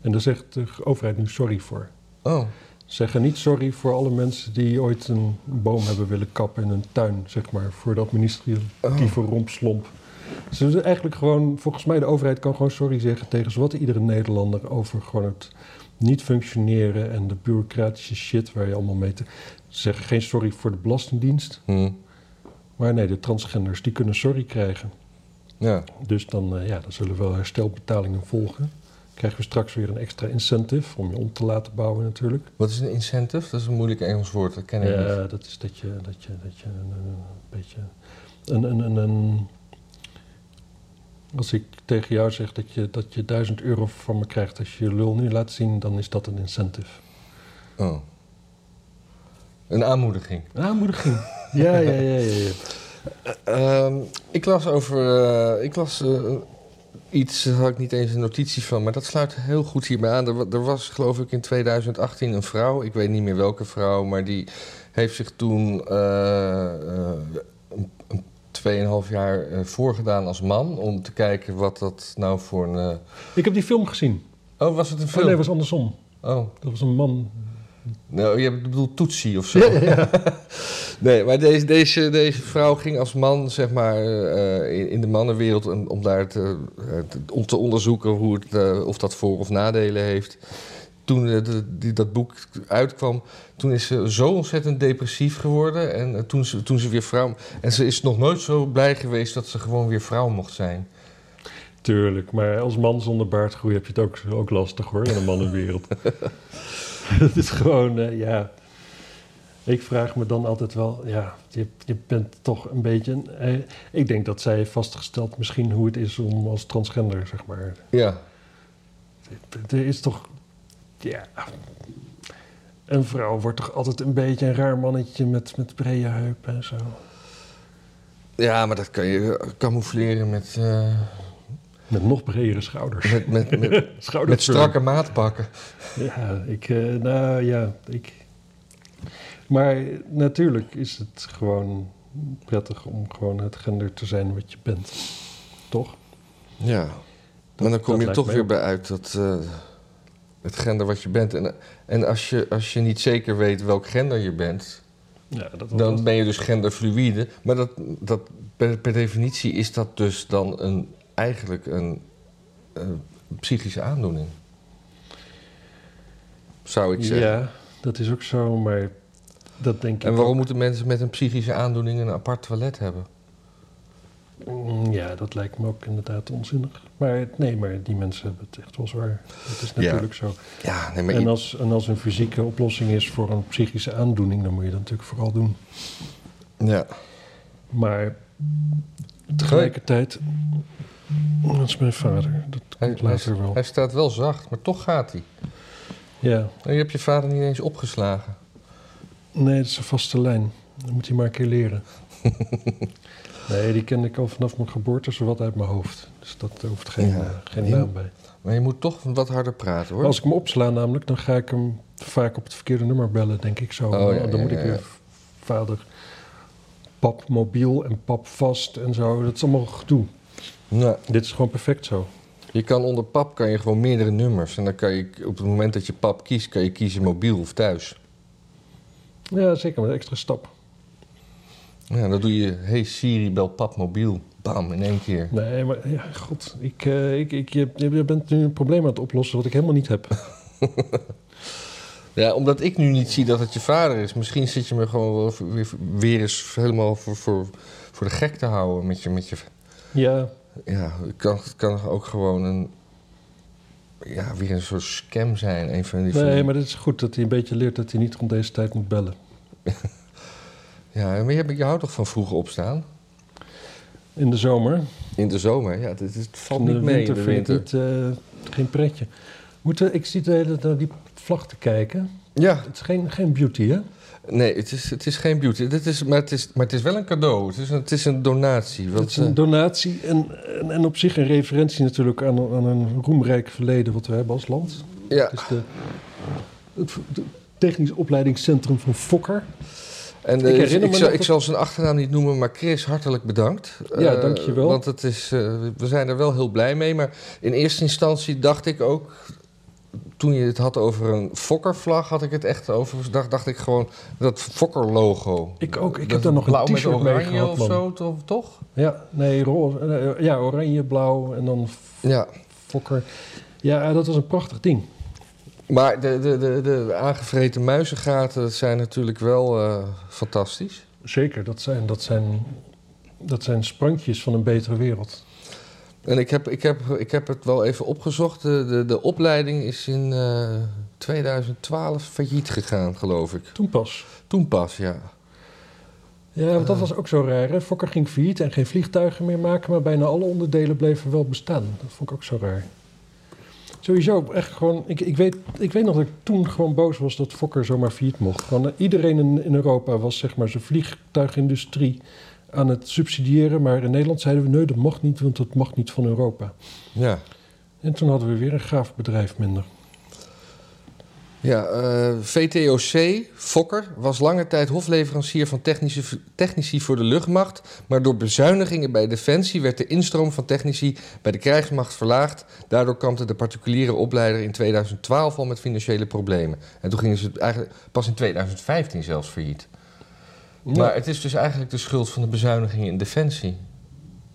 S1: En daar zegt de overheid nu sorry voor.
S2: Oh,
S1: Ze Zeggen niet sorry voor alle mensen die ooit een boom hebben willen kappen in een tuin, zeg maar, voor de
S2: Oh.
S1: administratieve rompslomp. Ze doen eigenlijk gewoon, volgens mij, de overheid kan gewoon sorry zeggen tegen zowat iedere Nederlander over gewoon het niet functioneren en de bureaucratische shit waar je allemaal mee te. Ze zeggen geen sorry voor de Belastingdienst,
S2: hm.
S1: maar nee, de transgenders die kunnen sorry krijgen.
S2: ja.
S1: Dus dan, eh, ja, dan zullen wel herstelbetalingen volgen. Krijgen we straks weer een extra incentive om je om te laten bouwen natuurlijk.
S2: Wat is een incentive? Dat is een moeilijk Engels woord, dat ken ik niet.
S1: Ja, Eh, dat is dat je, dat je, dat je een, een- een beetje. Een, een, een, een- als ik tegen jou zeg dat je, dat je 1000 euro van me krijgt als je je lul nu laat zien, dan is dat een incentive.
S2: Oh. Een aanmoediging.
S1: Aanmoediging. Ja, ja, ja, ja. ja.
S2: Ehm, ik las over. eh, ik las eh, iets, daar had ik niet eens een notitie van, maar dat sluit heel goed hierbij aan. Er, wa- er was, geloof ik, in 2018 een vrouw, ik weet niet meer welke vrouw, maar die heeft zich toen eh, eh, een- een 2,5 jaar eh, voorgedaan als man om te kijken wat dat nou voor een. eh,
S1: Ik heb die film gezien.
S2: Oh, was het een
S1: Oh
S2: film?
S1: nee, het was andersom.
S2: Oh.
S1: Dat was een man.
S2: Nou, je bedoelt Tootsie of zo.
S1: Ja, ja, ja.
S2: Nee, maar deze, deze, deze vrouw ging als man, zeg maar, eh, in- in de mannenwereld om, om daar te, eh, te- om te onderzoeken hoe het, eh, of dat voor- of nadelen heeft. Toen eh, de- die, dat boek uitkwam, toen is ze zo ontzettend depressief geworden. En eh, toen, ze, toen ze weer vrouw. En ze is nog nooit zo blij geweest dat ze gewoon weer vrouw mocht zijn.
S1: Tuurlijk, maar als man zonder baardgroei heb je het ook, ook lastig hoor, in de mannenwereld. Het is gewoon, eh, ja. Ik vraag me dan altijd wel, ja, je, je bent toch een beetje. een- eh, ik denk dat zij heeft vastgesteld misschien hoe het is om als transgender, zeg maar.
S2: Ja,
S1: Er is toch, ja. Een vrouw wordt toch altijd een beetje een raar mannetje met, met brede heupen en zo.
S2: Ja, maar dat kan je camoufleren met, eh,
S1: Met nog bredere schouders.
S2: met, met, met,
S1: Schouders
S2: met strakke maatpakken.
S1: Ja, ik, eh, nou ja, ik. Maar natuurlijk is het gewoon prettig om gewoon het gender te zijn wat je bent. Toch?
S2: Ja, maar dan kom
S1: dat
S2: je
S1: lijkt
S2: toch
S1: mij
S2: weer
S1: ook.
S2: bij uit dat eh, het gender wat je bent. En, en als, je, als je niet zeker weet welk gender je bent,
S1: Ja, dat
S2: dan ben je dus genderfluïde. Maar dat, dat per, per definitie is dat dus dan een, eigenlijk een eh, psychische aandoening. Zou ik zeggen.
S1: Ja, dat is ook zo, maar dat denk
S2: En
S1: ik.
S2: waarom
S1: ook.
S2: moeten mensen met een psychische aandoening een apart toilet hebben?
S1: Mm, Ja, dat lijkt me ook inderdaad onzinnig. Maar nee, maar die mensen hebben het echt wel zwaar. Dat is
S2: Ja.
S1: natuurlijk zo.
S2: Ja, nee, maar
S1: En
S2: i-
S1: als, en als een fysieke oplossing is voor een psychische aandoening, dan moet je dat natuurlijk vooral doen.
S2: ja.
S1: Maar tegelijkertijd. Dat is mijn vader. Dat
S2: Hij,
S1: komt later
S2: hij-
S1: wel.
S2: hij staat wel zacht, maar toch gaat hij.
S1: Ja,
S2: En je hebt je vader niet eens opgeslagen.
S1: nee, dat is een vaste lijn. Dat moet hij maar een keer leren. nee, die kende ik al vanaf mijn geboorte, zowat uit mijn hoofd. Dus dat hoeft geen,
S2: Ja.
S1: eh, geen
S2: Ja.
S1: naam bij.
S2: Maar je moet toch wat harder praten hoor.
S1: Als ik hem opsla namelijk, dan ga ik hem vaak op het verkeerde nummer bellen, denk ik zo.
S2: Oh, ja,
S1: dan
S2: ja,
S1: moet
S2: ja,
S1: ik
S2: ja.
S1: weer vader pap mobiel en pap vast en zo. Dat is allemaal gedoe.
S2: Nou,
S1: Dit is gewoon perfect zo.
S2: je kan onder pap kan je gewoon meerdere nummers. En dan kan je op het moment dat je pap kiest, kan je kiezen mobiel of thuis.
S1: Ja, zeker, met een extra stap.
S2: Ja, dan doe je, hey Siri, bel pap mobiel. Bam, in één keer.
S1: Nee, maar ja, god, ik, eh, ik, ik, je, je bent nu een probleem aan het oplossen wat ik helemaal niet heb.
S2: Ja, omdat ik nu niet zie dat het je vader is. Misschien zit je me gewoon wel voor- weer, weer eens helemaal voor, voor, voor de gek te houden met je... Met je
S1: Ja,
S2: ja, het kan, het kan ook gewoon een... Ja, weer een soort scam zijn. Een van die, van
S1: nee,
S2: die-
S1: maar het is goed dat hij een beetje leert dat hij niet rond deze tijd moet bellen.
S2: Ja, maar je, je houdt toch van vroeg opstaan?
S1: In de zomer,
S2: In de zomer, ja, het, het valt
S1: in de
S2: niet mee
S1: winter
S2: in de
S1: vind
S2: winter.
S1: ik niet, eh, geen pretje. Moeten, ik zit de hele tijd naar die vlag te kijken.
S2: Ja,
S1: Het is geen, geen beauty, hè?
S2: nee, het is, het is geen beauty. Dit is, maar, het is, maar het is wel een cadeau. Het is een, het is een donatie. Want, eh,
S1: het is een donatie en, en, en op zich een referentie natuurlijk aan, aan een roemrijk verleden wat we hebben als land.
S2: eh, ja,
S1: Het is de, het, het technisch opleidingscentrum van Fokker.
S2: en
S1: ik
S2: eh, ik,
S1: herinner me
S2: ik,
S1: nog
S2: zal,
S1: dat-
S2: ik zal zijn achternaam niet noemen, maar Chris, hartelijk bedankt.
S1: Ja,
S2: Eh,
S1: dankjewel.
S2: Want het is, eh, we zijn er wel heel blij mee. Maar in eerste instantie dacht ik ook, toen je het had over een fokkervlag, had ik het echt over. Dacht, dacht ik gewoon dat fokkerlogo.
S1: Ik ook, ik
S2: Dat
S1: heb daar nog
S2: blauw
S1: een
S2: met
S1: t-shirt mee
S2: oranje
S1: gehad,
S2: of
S1: man.
S2: zo, to- toch?
S1: Ja, nee, roze, eh, ja, oranje, blauw en dan f-
S2: Ja.
S1: fokker. Ja, eh, dat was een prachtig ding.
S2: Maar de, de, de, de aangevreten muizengaten zijn natuurlijk wel eh, fantastisch.
S1: Zeker, dat zijn, dat, zijn, dat zijn sprankjes van een betere wereld.
S2: En ik heb, ik heb, ik heb het wel even opgezocht. De, de, de opleiding is in eh, 2012 failliet gegaan, geloof ik.
S1: Toen pas.
S2: Toen pas, ja.
S1: Ja, want
S2: Eh.
S1: dat was ook zo raar. Hè? Fokker ging failliet en geen vliegtuigen meer maken, maar bijna alle onderdelen bleven wel bestaan. Dat vond ik ook zo raar. Sowieso, echt gewoon. Ik, ik, weet, ik weet nog dat ik toen gewoon boos was dat Fokker zomaar failliet mocht. Gewoon, eh, iedereen in, in Europa was zeg maar zijn vliegtuigindustrie aan het subsidiëren, maar in Nederland zeiden we nee, dat mag niet, want dat mag niet van Europa.
S2: Ja,
S1: En toen hadden we weer een gaaf bedrijf minder.
S2: ja eh, VTOC, Fokker, was lange tijd hofleverancier van technici, technici voor de luchtmacht. Maar door bezuinigingen bij Defensie werd de instroom van technici bij de krijgsmacht verlaagd. Daardoor kampte de particuliere opleider in 2012 al met financiële problemen. En toen gingen ze eigenlijk pas in 2015 zelfs failliet. Maar het is dus eigenlijk de schuld van de bezuinigingen in defensie.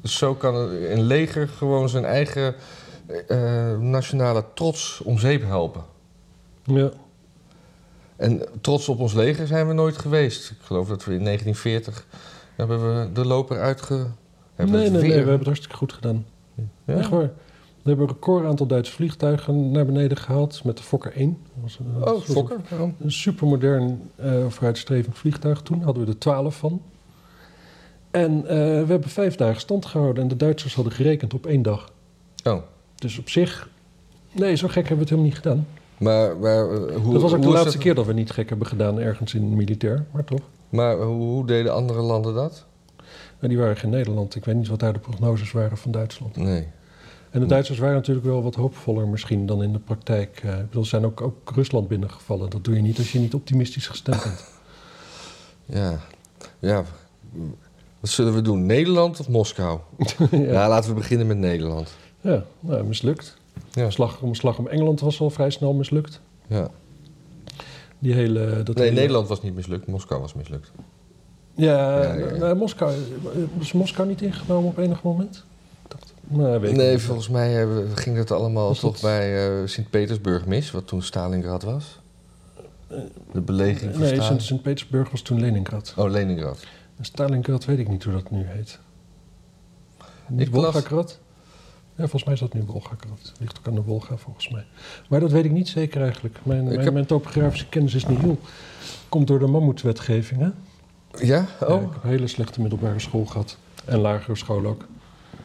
S2: Dus zo kan een leger gewoon zijn eigen eh, nationale trots om zeep helpen.
S1: Ja.
S2: En trots op ons leger zijn we nooit geweest. Ik geloof dat we in 1940 hebben we de loper uitge...
S1: Nee,
S2: hebben we
S1: nee,
S2: het
S1: nee, we
S2: weer-
S1: hebben het hartstikke goed gedaan. Echt waar. We hebben een record aantal Duitse vliegtuigen naar beneden gehaald met de Fokker 1. Dat was een,
S2: Oh, Fokker, waarom?
S1: Een supermodern eh, vooruitstrevend vliegtuig. Toen hadden we er 12 van. En eh, we hebben vijf dagen stand gehouden. En de Duitsers hadden gerekend op één dag.
S2: Oh,
S1: Dus op zich, nee, zo gek hebben we het helemaal niet gedaan.
S2: Maar, maar, eh, hoe,
S1: dat was ook de
S2: hoe is
S1: laatste
S2: dat-
S1: keer dat we niet gek hebben gedaan ergens in militair, maar toch?
S2: Maar hoe, hoe deden andere landen dat?
S1: En die waren in Nederland. Ik weet niet wat daar de prognoses waren van Duitsland.
S2: Nee.
S1: En de Duitsers waren natuurlijk wel wat hoopvoller misschien dan in de praktijk. Eh, ik bedoel, ze zijn ook, ook Rusland binnengevallen. Dat doe je niet als je niet optimistisch gestemd bent.
S2: Ja. ja. Wat zullen we doen? Nederland of Moskou?
S1: ja.
S2: Ja,
S1: Ja.
S2: laten we beginnen met Nederland.
S1: nou, mislukt.
S2: Ja.
S1: De slag om, slag om Engeland was al vrij snel mislukt.
S2: Ja.
S1: Die hele, eh, dat
S2: Nee,
S1: hele-
S2: Nederland was niet mislukt. Moskou was mislukt.
S1: Ja,
S2: Ja, ja, ja.
S1: nou, Moskou. Was Moskou niet ingenomen op enig moment? Ik Dacht, nou, weet ik
S2: Nee,
S1: niet.
S2: volgens mij eh, ging dat allemaal
S1: Was
S2: toch
S1: dat-
S2: bij eh, Sint-Petersburg mis, wat toen Stalingrad was. De belegering van
S1: Eh, Nee,
S2: Stalin-
S1: Sint- Sint-Petersburg was toen Leningrad.
S2: Oh, Leningrad.
S1: En Stalingrad weet ik niet hoe dat nu heet. Niet
S2: Ik las-
S1: Wolgakrad? Ja, volgens mij is dat nu Wolgakrad. Ligt ook aan de Wolga, volgens mij. Maar dat weet ik niet zeker eigenlijk. Mijn, mijn,
S2: heb-
S1: mijn topografische kennis is niet heel. Komt door de mammoetwetgeving, hè?
S2: Ja?
S1: Ja,
S2: Oh.
S1: ik heb een hele slechte middelbare school gehad. En lagere school ook.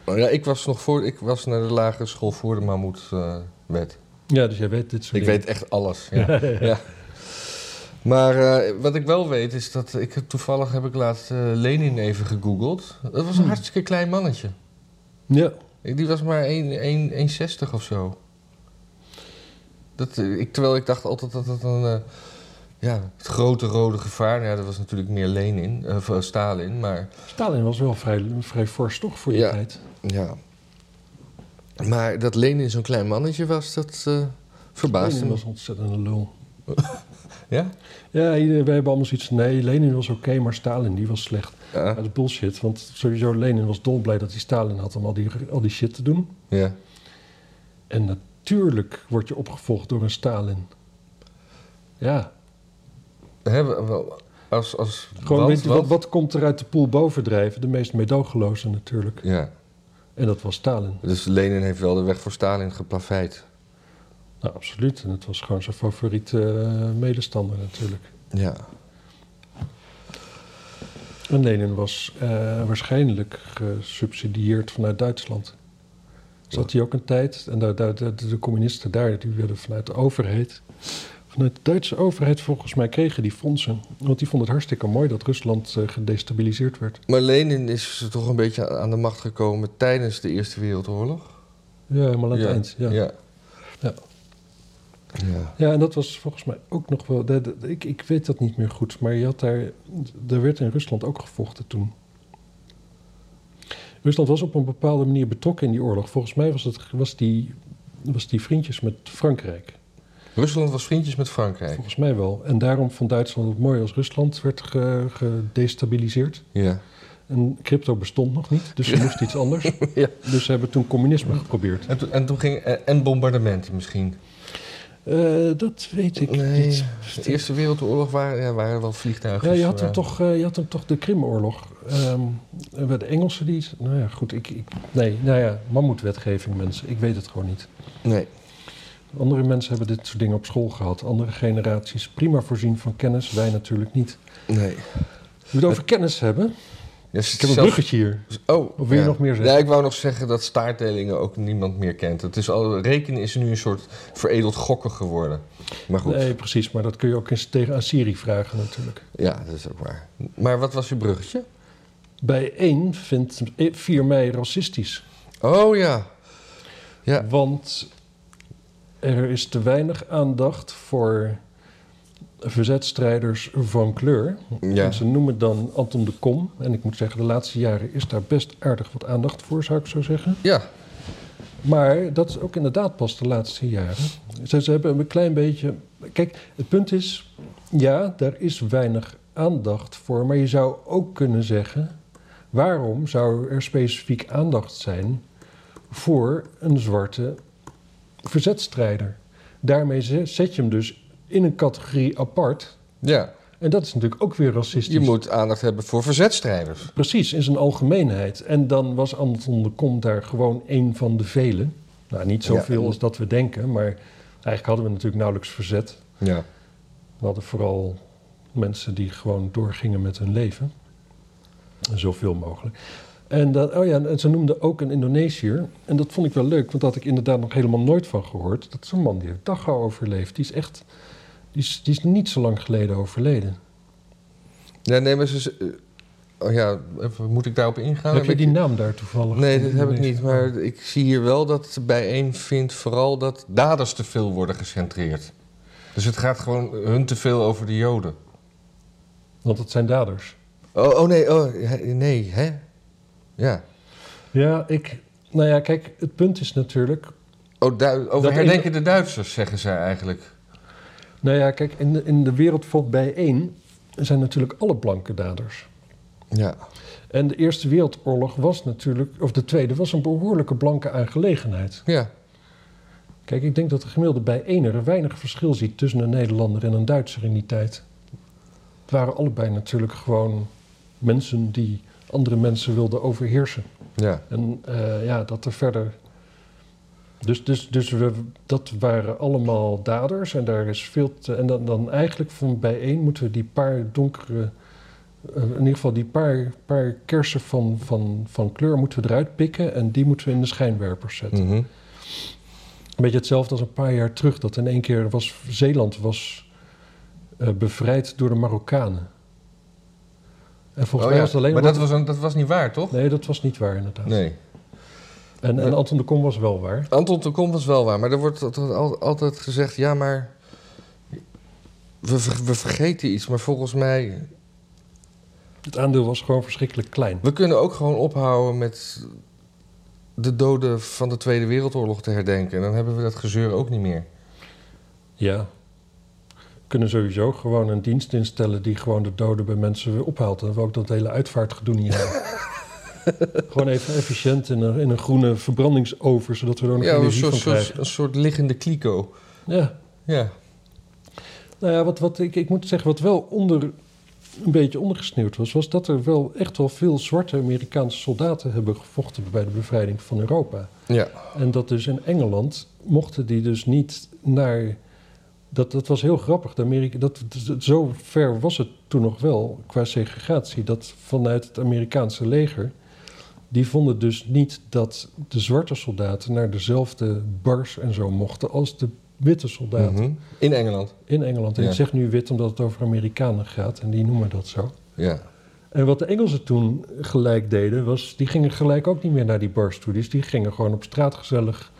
S2: Oh, Ja. ik was nog voor... Ik was naar de lagere school voor de Mahmoud-wet.
S1: Ja, dus jij weet dit soort
S2: ik
S1: dingen.
S2: weet echt alles, ja. ja. Maar eh, wat ik wel weet is dat ik heb- toevallig heb ik laatst eh, Lenin even gegoogeld. Dat
S1: Hmm.
S2: was een hartstikke klein mannetje.
S1: Ja,
S2: Ik- Die was maar 1 1 1,60 of zo. Dat, eh, ik, terwijl ik dacht altijd dat dat een... eh, ja, het grote rode gevaar. Nou Ja, dat was natuurlijk meer Lenin, eh, of, eh, Stalin, maar...
S1: Stalin was wel vrij, vrij fors toch voor die
S2: Ja.
S1: tijd.
S2: Ja. Maar dat Lenin zo'n klein mannetje was, dat eh, verbaasde
S1: Lenin
S2: me.
S1: was een ontzettende lul.
S2: Ja?
S1: Ja, ieder- wij hebben allemaal zoiets. Nee, Lenin was oké, maar Stalin die was slecht.
S2: Ja.
S1: Dat is bullshit, want sowieso Lenin was dolblij dat hij Stalin had om al die, al die shit te doen.
S2: ja.
S1: En natuurlijk word je opgevolgd door een Stalin. Ja,
S2: Hè, we- we- als, als
S1: gewoon
S2: want-
S1: weet je, wat,
S2: want-
S1: wat komt er uit de poel bovendrijven? De meest meedogenloze natuurlijk.
S2: Ja,
S1: En dat was Stalin.
S2: dus Lenin heeft wel de weg voor Stalin geplaveid.
S1: Nou, absoluut. En het was gewoon zijn favoriete eh, medestander natuurlijk.
S2: Ja.
S1: En Lenin was eh, waarschijnlijk gesubsidieerd vanuit Duitsland. Zat hij ook een tijd, en daar, daar, daar- de communisten daar, die werden vanuit de overheid. Vanuit de Duitse overheid volgens mij kregen die fondsen. Want die vonden het hartstikke mooi dat Rusland eh, gedestabiliseerd werd.
S2: Maar Lenin is toch een beetje aan de macht gekomen tijdens de Eerste Wereldoorlog?
S1: Ja, helemaal aan het eind. Ja. Ja.
S2: Ja.
S1: Ja.
S2: Ja.
S1: en dat was volgens mij ook nog wel... de- de- ik, ik weet dat niet meer goed, maar je had daar... Er werd in Rusland ook gevochten toen. Rusland was op een bepaalde manier betrokken in die oorlog. Volgens mij was, het, was, die, was die vriendjes met Frankrijk.
S2: Rusland was vriendjes met Frankrijk.
S1: Volgens mij wel. En daarom vond Duitsland het mooi als Rusland werd ge- gedestabiliseerd.
S2: Ja.
S1: En crypto bestond nog niet, dus ze moest iets anders.
S2: Ja.
S1: Dus ze hebben toen communisme geprobeerd.
S2: En, toen- en toen ging... En, en bombardementen misschien.
S1: Eh, dat weet ik niet.
S2: De Eerste Wereldoorlog waren, ja, waren wel vliegtuigen.
S1: Ja, je had, hem toch, eh, je had hem toch de Krimoorlog. Ehm, en bij de Engelsen die... Nou ja, goed. Ik, ik, nee, nou ja, mammoetwetgeving mensen. Ik weet het gewoon niet.
S2: Nee.
S1: Andere mensen hebben dit soort dingen op school gehad. Andere generaties prima voorzien van kennis. Wij natuurlijk niet. We
S2: Nee.
S1: het over kennis hebben.
S2: Ja,
S1: Ik heb een bruggetje hier.
S2: Oh,
S1: Of wil je
S2: ja.
S1: nog meer zeggen?
S2: Ja, ik wou nog zeggen dat staartdelingen ook niemand meer kent. Het is al, rekenen is nu een soort veredeld gokken geworden. Maar goed,
S1: Nee, precies. Maar dat kun je ook eens tegen aan Siri vragen natuurlijk.
S2: ja, dat is ook waar. Maar wat was je bruggetje?
S1: Bij één vindt eh, 4 mei racistisch.
S2: Oh ja. Ja,
S1: Want er is te weinig aandacht voor verzetstrijders van kleur.
S2: ja.
S1: En ze noemen dan Anton de Kom. En ik moet zeggen, de laatste jaren is daar best aardig wat aandacht voor, zou ik zo zeggen.
S2: ja.
S1: Maar dat is ook inderdaad pas de laatste jaren. Ze, ze hebben een klein beetje. Kijk, het punt is: ja, daar is weinig aandacht voor. Maar je zou ook kunnen zeggen: waarom zou er specifiek aandacht zijn voor een zwarte verzetstrijder? Daarmee ze- zet je hem dus in een categorie apart.
S2: ja.
S1: En dat is natuurlijk ook weer racistisch.
S2: Je moet aandacht hebben voor verzetstrijders.
S1: Precies, in zijn algemeenheid. En dan was Anton de Kom daar gewoon één van de velen. Nou, niet zoveel
S2: Ja.
S1: als dat we denken, maar eigenlijk hadden we natuurlijk nauwelijks verzet.
S2: Ja.
S1: We hadden vooral mensen die gewoon doorgingen met hun leven. Zoveel mogelijk. En dat, oh ja, en ze noemde ook een Indonesiër. En dat vond ik wel leuk, want daar had ik inderdaad nog helemaal nooit van gehoord. Dat is een man die heeft Dachau overleefd. Die is echt, die is, die is niet zo lang geleden overleden.
S2: Ja, nee, maar ze... eh, oh ja, even, moet ik daarop ingaan?
S1: Heb je
S2: Nou, ik-
S1: die naam daar toevallig?
S2: Nee,
S1: van
S2: dat
S1: die
S2: heb ik
S1: Indonesiër?
S2: niet. Maar ik zie hier wel dat bijeen vindt vooral dat daders te veel worden gecentreerd. Dus het gaat gewoon hun te veel over de Joden.
S1: Want dat zijn daders.
S2: Oh, oh nee, oh, he- nee, hè? Ja.
S1: Ja, ik... Nou ja, kijk, het punt is natuurlijk...
S2: Oh, du- over
S1: Dat
S2: herdenken de Duitsers, zeggen zij eigenlijk.
S1: Nou ja, kijk, in de, in de wereld valt bijeen... zijn natuurlijk alle blanke daders.
S2: Ja.
S1: En de Eerste Wereldoorlog was natuurlijk... Of de Tweede was een behoorlijke blanke aangelegenheid.
S2: Ja.
S1: Kijk, ik denk dat de gemiddelde bijeener er weinig verschil ziet... tussen een Nederlander en een Duitser in die tijd. Het waren allebei natuurlijk gewoon mensen die andere mensen wilden overheersen.
S2: Ja.
S1: En eh, ja, dat er verder. Dus, dus, dus we, dat waren allemaal daders en daar is veel te- En dan, dan eigenlijk van bijeen moeten we die paar donkere. eh, in ieder geval die paar, paar kersen van, van, van kleur moeten we eruit pikken en die moeten we in de schijnwerpers zetten.
S2: Mhm.
S1: Een beetje hetzelfde als een paar jaar terug dat in één keer was, Zeeland was eh, bevrijd door de Marokkanen. En volgens
S2: Oh,
S1: mij
S2: ja.
S1: was het alleen
S2: maar
S1: omdat-
S2: dat was, een, dat was niet waar, toch?
S1: Nee, dat was niet waar inderdaad.
S2: Nee.
S1: En, en Anton de Kom was wel waar.
S2: Anton de Kom was wel waar, maar er wordt altijd- al- altijd gezegd: ja, maar. We, ver- we vergeten iets, maar volgens mij.
S1: Het aandeel was gewoon verschrikkelijk klein.
S2: We kunnen ook gewoon ophouden met. de doden van de Tweede Wereldoorlog te herdenken. En dan hebben we dat gezeur ook niet meer.
S1: Ja. We kunnen sowieso gewoon een dienst instellen die gewoon de doden bij mensen weer ophaalt. En we ook dat hele uitvaartgedoe niet hebben. gewoon even efficiënt in een, in een groene verbrandingsover, zodat we er ook nog
S2: Ja, een
S1: energie
S2: soort,
S1: van
S2: soort,
S1: krijgen.
S2: een soort liggende kliko.
S1: Ja.
S2: Ja.
S1: Nou ja, wat, wat ik, ik moet zeggen, wat wel onder, een beetje ondergesneeuwd was, was dat er wel echt wel veel zwarte Amerikaanse soldaten hebben gevochten bij de bevrijding van Europa.
S2: Ja.
S1: En dat dus in Engeland mochten die dus niet naar. Dat, dat was heel grappig. De Amerika, dat, dat- zo ver was het toen nog wel qua segregatie. Dat vanuit het Amerikaanse leger. Die vonden dus niet dat de zwarte soldaten naar dezelfde bars en zo mochten als de witte soldaten
S2: Mhm. In Engeland.
S1: in Engeland. En
S2: Ja.
S1: ik zeg nu wit omdat het over Amerikanen gaat en die noemen dat zo.
S2: Ja.
S1: En wat de Engelsen toen gelijk deden, was die gingen gelijk ook niet meer naar die bars toe. Dus die gingen gewoon op straat gezellig,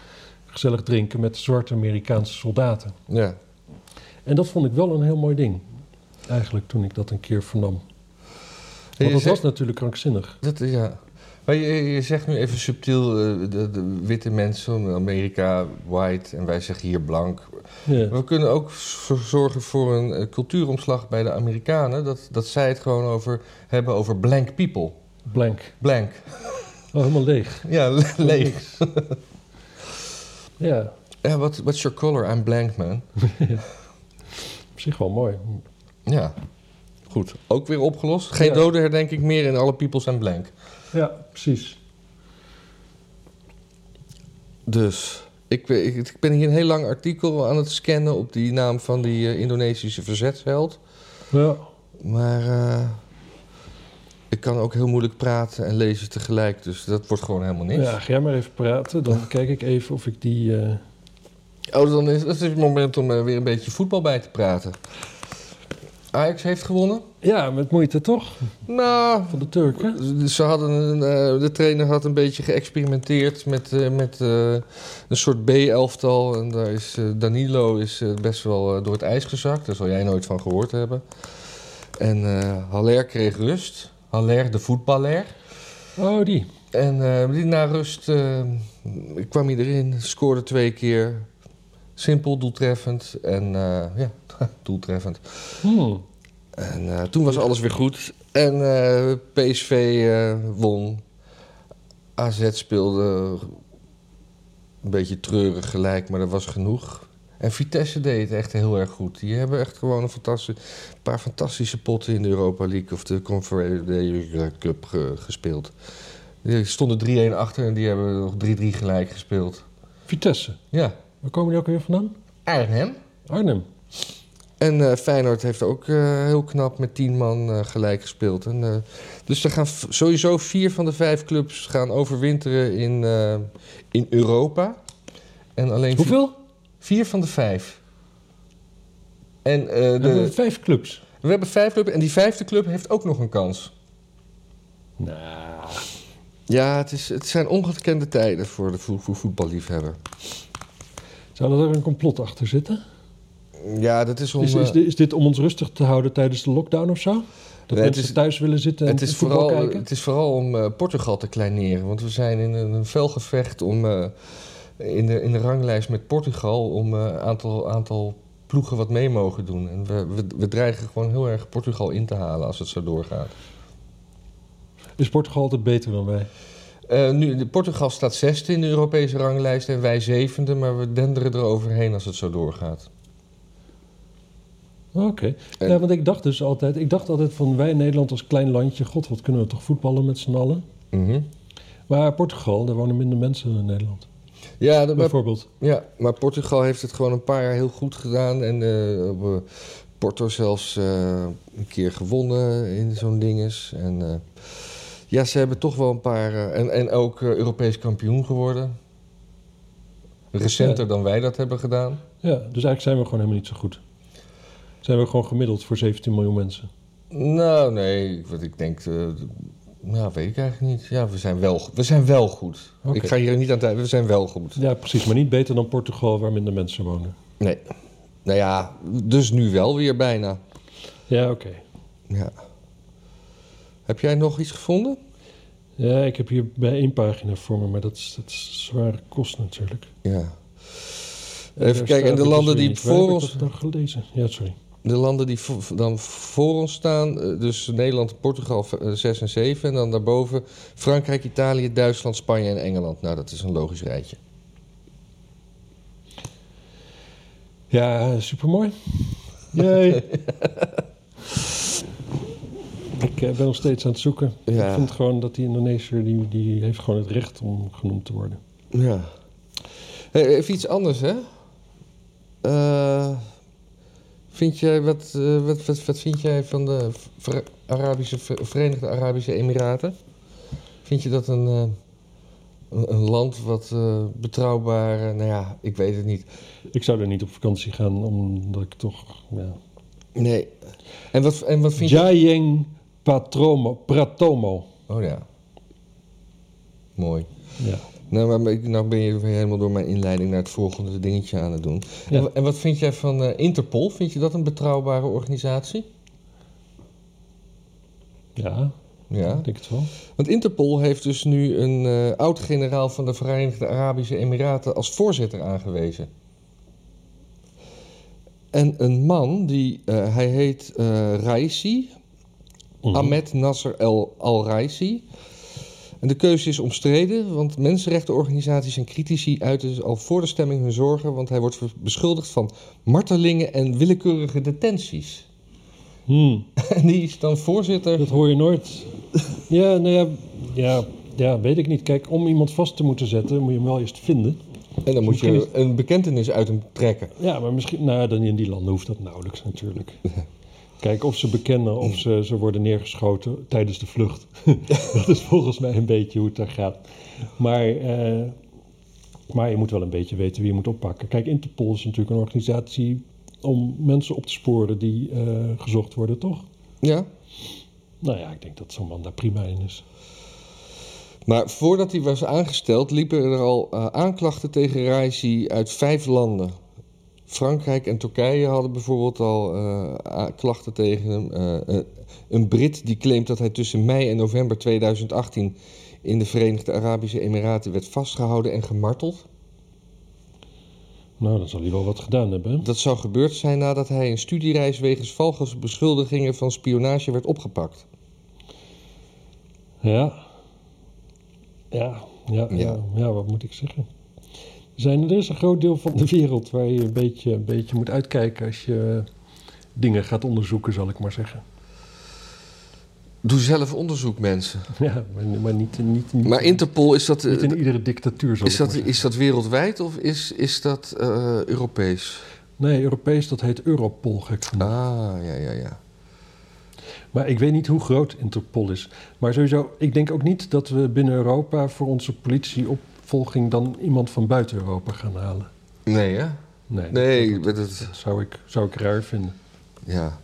S1: gezellig drinken met zwarte Amerikaanse soldaten.
S2: Ja.
S1: En dat vond ik wel een heel mooi ding, eigenlijk, toen ik dat een keer vernam. Want
S2: Je
S1: dat was
S2: zegt-
S1: natuurlijk krankzinnig.
S2: dat, ja. Maar je, je zegt nu even subtiel: eh, de, de witte mensen, Amerika, white. En wij zeggen hier blank.
S1: Ja.
S2: We kunnen ook z- zorgen voor een eh, cultuuromslag bij de Amerikanen. Dat, dat zij het gewoon over hebben over blank people.
S1: Blank.
S2: Blank.
S1: Oh, helemaal leeg.
S2: Ja, le- leeg.
S1: Ja,
S2: Ja, what, what's your color? I'm blank, man.
S1: op zich wel mooi.
S2: Ja. Goed. Ook weer opgelost. Geen
S1: Ja.
S2: doden herdenk ik meer en alle people zijn blank.
S1: Ja, precies.
S2: Dus. Ik, ben- ik, ik ben hier een heel lang artikel aan het scannen op die naam van die eh, Indonesische verzetsheld.
S1: Ja.
S2: Maar eh, ik kan ook heel moeilijk praten en lezen tegelijk. Dus dat wordt gewoon helemaal niks.
S1: ja, ga jij maar even praten. Dan kijk ik even of ik die... eh,
S2: Oh, dan is dat is het moment om er weer een beetje voetbal bij te praten. Ajax heeft gewonnen.
S1: Ja, met moeite toch?
S2: Nou,
S1: Van de Turken.
S2: ze hadden een, eh, de trainer had een beetje geëxperimenteerd met, eh, met eh, een soort B-elftal. En daar is, eh, Danilo is eh, best wel eh, door het ijs gezakt. Daar zal jij nooit van gehoord hebben. En eh Haller kreeg rust. Haller, de voetballer.
S1: Oh, die.
S2: En eh, die na rust eh, kwam hij erin, scoorde twee keer. Simpel, doeltreffend en eh, ja, doeltreffend.
S1: Hmm.
S2: En eh, toen was alles weer goed. En eh, PSV eh, won. AZ speelde een beetje treurig gelijk, maar dat was genoeg. En Vitesse deed het echt heel erg goed. Die hebben echt gewoon een fantastisch, een paar fantastische potten in de Europa League of de Conference Cup ge- gespeeld. Die stonden 3-1 achter en die hebben nog 3-3 gelijk gespeeld.
S1: Vitesse.
S2: Ja,
S1: Waar komen die ook weer vandaan?
S2: Arnhem.
S1: Arnhem.
S2: En eh Feyenoord heeft ook eh, heel knap met tien man eh, gelijk gespeeld. En, eh, dus er gaan v- sowieso vier van de vijf clubs gaan overwinteren in, eh, in Europa. En alleen vi-
S1: Hoeveel?
S2: vier van de vijf. En eh,
S1: We hebben
S2: de,
S1: vijf clubs.
S2: we hebben vijf clubs en die vijfde club heeft ook nog een kans.
S1: Nou,
S2: Ja, het, is, het zijn ongekende tijden voor de vo- voor voetballiefhebber.
S1: zou er een complot achter zitten?
S2: Ja, dat is om...
S1: Is,
S2: eh,
S1: is, dit- is dit om ons rustig te houden tijdens de lockdown of zo? Dat
S2: Nee, het
S1: mensen
S2: is-
S1: thuis willen zitten en
S2: Het is,
S1: voetbal
S2: vooral,
S1: kijken?
S2: het is vooral om eh, Portugal te kleineren. Want we zijn in een, een fel gevecht om, eh, in, de, in de ranglijst met Portugal om een aantal, aantal ploegen wat mee mogen doen. En we, we, we dreigen gewoon heel erg Portugal in te halen als het zo doorgaat.
S1: Is Portugal altijd beter dan wij?
S2: Eh, nu, de- Portugal staat zesde in de Europese ranglijst en wij zevende, maar we denderen eroverheen als het zo doorgaat.
S1: Oké.
S2: En-
S1: Ja, want ik dacht dus altijd... Ik dacht altijd van wij in Nederland als klein landje... God, wat kunnen we toch voetballen met z'n allen?
S2: Mhm.
S1: Maar Portugal, daar wonen minder mensen dan in Nederland.
S2: Ja, dat, maar
S1: Bijvoorbeeld.
S2: Ja, maar Portugal heeft het gewoon een paar jaar heel goed gedaan. En eh, op, eh, Porto zelfs eh, een keer gewonnen in zo'n dinges. En eh, ja, ze hebben toch wel een paar... eh, en, en ook eh, Europees kampioen geworden. Recenter dan wij dat hebben gedaan.
S1: Ja, dus eigenlijk zijn we gewoon helemaal niet zo goed. Zijn we gewoon gemiddeld voor 17 miljoen mensen.
S2: Nou, nee, wat ik denk... eh, nou, weet ik eigenlijk niet. Ja, we zijn wel, go- we zijn wel goed.
S1: Oké.
S2: Ik ga hier niet aan tijd. We zijn wel goed.
S1: Ja, precies. Maar niet beter dan Portugal, waar minder mensen wonen.
S2: Nee. Nou ja, dus nu wel weer bijna.
S1: Ja, oké.
S2: Ja. Heb jij nog iets gevonden?
S1: Ja, ik heb hier bij één pagina voor me, maar dat is, dat is zware kost natuurlijk.
S2: Ja.
S1: En
S2: Even
S1: daar
S2: kijken, en
S1: staat
S2: de
S1: het dus
S2: landen
S1: weer
S2: die
S1: niet. Waar heb
S2: voor
S1: ik
S2: ons-
S1: dat nou gelezen. Ja, sorry.
S2: De landen die vo- dan voor ons staan, eh, dus Nederland, Portugal v- eh, 6 en 7. En dan daarboven Frankrijk, Italië, Duitsland, Spanje en Engeland. Nou, dat is een logisch rijtje.
S1: Ja, supermooi. Jee. ik eh, ben nog steeds aan het zoeken.
S2: Ja.
S1: Ik vind gewoon dat die Indonesiër, die, die heeft gewoon het recht om genoemd te worden.
S2: Ja. Hey, even iets anders, hè? Eh, vind jij, wat, eh, wat, wat, wat vind jij van de Ver- Arabische, Ver- Verenigde Arabische Emiraten? Vind je dat een, eh, een, een land wat eh, betrouwbaar... eh, nou ja, ik weet het niet.
S1: Ik zou er niet op vakantie gaan, omdat ik toch... Ja.
S2: Nee. En wat, en wat vind je...
S1: Jayeng Patromo, Pratomo.
S2: Oh ja. Mooi.
S1: Ja.
S2: Nou, maar ik- nou ben je weer helemaal door mijn inleiding naar het volgende dingetje aan het doen.
S1: Ja.
S2: En, wa- en wat vind jij van eh, Interpol? Vind je dat een betrouwbare organisatie?
S1: ja,
S2: Ja.
S1: ik denk het wel.
S2: Want Interpol heeft dus nu een eh, oud-generaal van de Verenigde Arabische Emiraten als voorzitter aangewezen. En een man die, eh, hij heet eh Raisi,
S1: Mhm.
S2: Ahmed Nasser El Al-Raisi. En de keuze is omstreden, want mensenrechtenorganisaties en critici uiten dus al voor de stemming hun zorgen, want hij wordt ver- beschuldigd van martelingen en willekeurige detenties.
S1: Hmm,
S2: En die is dan voorzitter.
S1: dat hoor je nooit. ja, nou ja, ja, ja, weet ik niet. Kijk, om iemand vast te moeten zetten, moet je hem wel eerst vinden.
S2: En dan moet je een bekentenis uit hem trekken.
S1: Ja, maar misschien, nou, dan in die landen hoeft dat nauwelijks natuurlijk. Kijk, of ze bekennen of ze, ze worden neergeschoten tijdens de vlucht. dat is volgens mij een beetje hoe het daar gaat. Maar, eh, maar je moet wel een beetje weten wie je moet oppakken. Kijk, Interpol is natuurlijk een organisatie om mensen op te sporen die eh, gezocht worden, toch?
S2: Ja?
S1: Nou ja, ik denk dat zo'n man daar prima in is.
S2: Maar voordat hij was aangesteld, liepen er al eh, aanklachten tegen Raisi uit vijf landen. Frankrijk en Turkije hadden bijvoorbeeld al eh, a- klachten tegen hem. Eh, eh, een Brit die claimt dat hij tussen mei en november 2018 in de Verenigde Arabische Emiraten werd vastgehouden en gemarteld.
S1: Nou, dan zal hij wel wat gedaan hebben. hè?
S2: Dat zou gebeurd zijn nadat hij een studiereis wegens valse beschuldigingen van spionage werd opgepakt.
S1: Ja. Ja, ja, ja.
S2: Ja.
S1: ja, wat moet ik zeggen? Er, zijn, er is een groot deel van de wereld waar je een beetje, een beetje moet uitkijken als je eh, dingen gaat onderzoeken, zal ik maar zeggen.
S2: Doe zelf onderzoek, mensen.
S1: Ja, maar, maar niet, niet, niet,
S2: Maar Interpol is dat. eh,
S1: niet in iedere dictatuur, zal
S2: Is
S1: ik
S2: dat,
S1: maar
S2: is dat wereldwijd of is, is dat eh, Europees?
S1: zeggen. Nee, Europees, dat heet Europol, gek genoeg.
S2: Ah, ja, ja, ja. Ah.
S1: Maar ik weet niet hoe groot Interpol is. Maar sowieso, ik denk ook niet dat we binnen Europa voor onze politieopvolging dan iemand van buiten Europa gaan halen.
S2: Nee, hè?
S1: Nee,
S2: Nee,
S1: dat,
S2: dat, dat,
S1: dat zou, ik, zou ik raar vinden.
S2: Ja.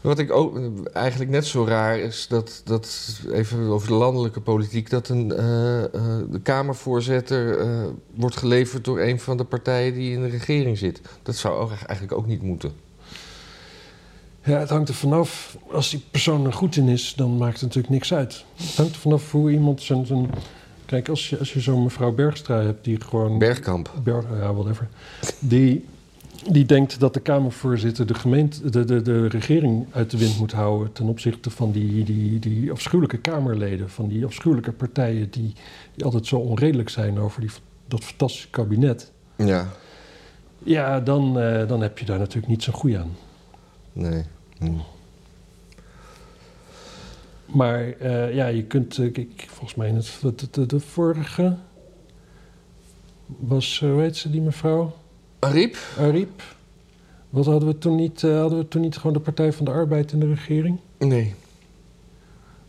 S2: Wat ik ook eh, eigenlijk net zo raar is, dat, dat even over de landelijke politiek, dat een, eh, eh, de Kamervoorzitter eh, wordt geleverd door een van de partijen die in de regering zit. Dat zou ook, eigenlijk ook niet moeten.
S1: Ja, het hangt er vanaf. Als die persoon er goed in is, dan maakt het natuurlijk niks uit. Het hangt er vanaf hoe iemand zijn. zijn- Kijk, als je, als je zo'n mevrouw Bergstra hebt die gewoon.
S2: Bergkamp.
S1: Berg, ja, whatever. Die, die denkt dat de Kamervoorzitter de, gemeente, de, de, de regering uit de wind moet houden. ten opzichte van die, die, die afschuwelijke Kamerleden. van die afschuwelijke partijen die, die altijd zo onredelijk zijn over die, dat fantastische kabinet.
S2: Ja.
S1: Ja, dan, eh, dan heb je daar natuurlijk niet zo'n goeie aan.
S2: Nee. Hm.
S1: Maar eh, ja, je kunt, eh, kijk, volgens mij in het, het, het- het- de vorige was, eh, hoe heet ze die mevrouw?
S2: Ariep?
S1: Ariep. Wat hadden we toen niet, eh, hadden we toen niet gewoon de Partij van de Arbeid in de regering?
S2: Nee.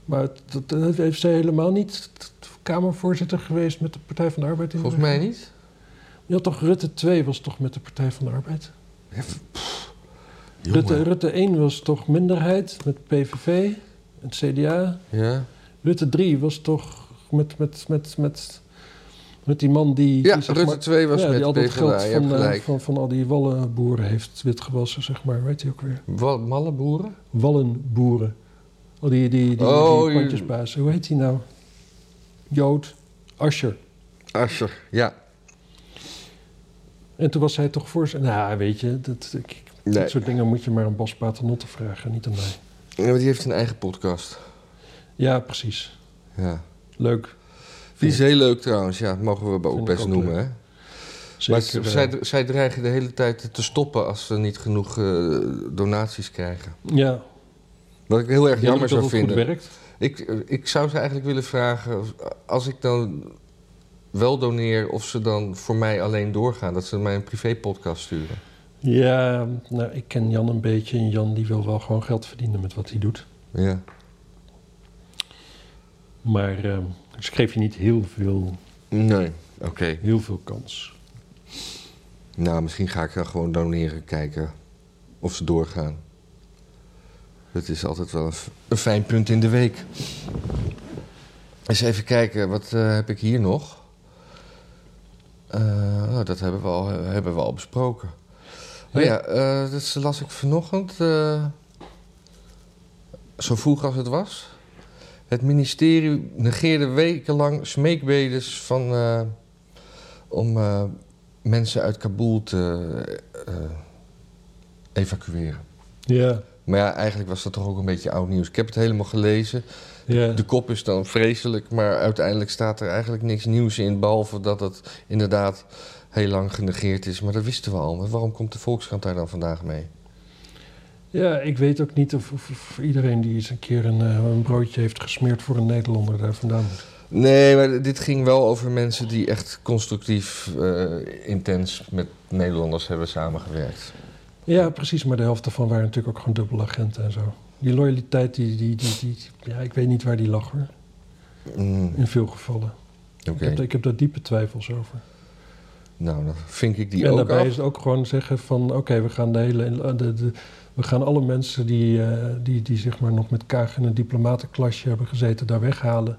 S1: Maar het- dat, dat heeft zij helemaal niet t- t- Kamervoorzitter geweest met de Partij van de Arbeid in de
S2: Volgens mij
S1: regering?
S2: niet.
S1: Je had toch Rutte 2 was toch met de Partij van de Arbeid?
S2: Jongen.
S1: Rutte, Rutte 1 was toch minderheid met PVV, het CDA?
S2: Ja.
S1: Rutte 3 was toch met, met, met, met, met die man die...
S2: Ja,
S1: die, zeg
S2: Rutte
S1: maar-
S2: 2 was
S1: ja,
S2: met
S1: die al dat
S2: PvdA, je
S1: geld
S2: hebt
S1: van, eh,
S2: gelijk.
S1: van, van al die wallenboeren heeft witgewassen, zeg maar. Weet je ook weer?
S2: Wat, malle boeren?
S1: Wallenboeren. Al die, die, die, die,
S2: Oh, je-
S1: pandjesbazen. Hoe heet die nou? Jood. Ascher.
S2: Ascher. Ja.
S1: En toen was hij toch voor zijn... Nou, weet je, dat, ik- ik-
S2: Nee.
S1: dat soort dingen moet je maar aan Bas Paternotte vragen, niet aan mij.
S2: Ja, maar die heeft een eigen podcast.
S1: Ja, precies.
S2: Ja.
S1: Leuk.
S2: Die is heel leuk trouwens. Ja, dat mogen we ook
S1: Vind ik
S2: best
S1: ook
S2: noemen,
S1: leuk.
S2: hè? Maar
S1: Zeker, eh,
S2: zij, zij dreigen de hele tijd te stoppen als ze niet genoeg eh, donaties krijgen.
S1: ja,
S2: Wat ik heel erg jammer
S1: jammer dat
S2: zou
S1: het goed
S2: vinden.
S1: werkt.
S2: Ik, eh, ik zou ze eigenlijk willen vragen, of- als ik dan wel doneer, of ze dan voor mij alleen doorgaan. Dat ze mij een privépodcast sturen.
S1: Ja, nou, ik ken Jan een beetje. En Jan die wil wel gewoon geld verdienen met wat hij doet.
S2: Ja.
S1: Maar eh, dus ik geef je niet heel veel,
S2: Nee. Oké.
S1: heel veel kans.
S2: Nou, misschien ga ik dan gewoon doneren, kijken of ze doorgaan. Het is altijd wel een, f- een fijn punt in de week. Eens even kijken, wat eh, heb ik hier nog? Eh, nou, dat hebben we, al, hebben we al besproken. Oh ja, eh, dat las ik vanochtend. eh, zo vroeg als het was. Het ministerie negeerde wekenlang smeekbedes van, eh, om eh, mensen uit Kabul te eh, evacueren.
S1: Ja,
S2: Maar ja, eigenlijk was dat toch ook een beetje oud nieuws. Ik heb het helemaal gelezen.
S1: ja.
S2: De kop is dan vreselijk, maar uiteindelijk staat er eigenlijk niks nieuws in. Behalve dat het inderdaad heel lang genegeerd is. Maar dat wisten we al. Maar waarom komt de Volkskrant daar dan vandaag mee?
S1: ja ik weet ook niet of, of- of iedereen die eens een keer een, eh, een broodje heeft gesmeerd voor een Nederlander daar vandaan moet.
S2: Nee, maar dit ging wel over mensen die echt constructief, eh, intens met Nederlanders hebben samengewerkt.
S1: Ja, precies. Maar de helft daarvan waren natuurlijk ook gewoon dubbelagenten en zo. Die loyaliteit, die, die, die, die, ja, ik weet niet waar die lag hoor.
S2: Mm,
S1: In veel gevallen.
S2: Oké,
S1: Ik, heb, daar- ik heb daar diepe twijfels over.
S2: nou dan vink ik die
S1: en
S2: ook
S1: daarbij
S2: af.
S1: is het ook gewoon zeggen van oké, we gaan de hele. De, de- we gaan alle mensen die, eh, die, die zeg maar nog met kaag in een diplomatenklasje hebben gezeten, daar weghalen.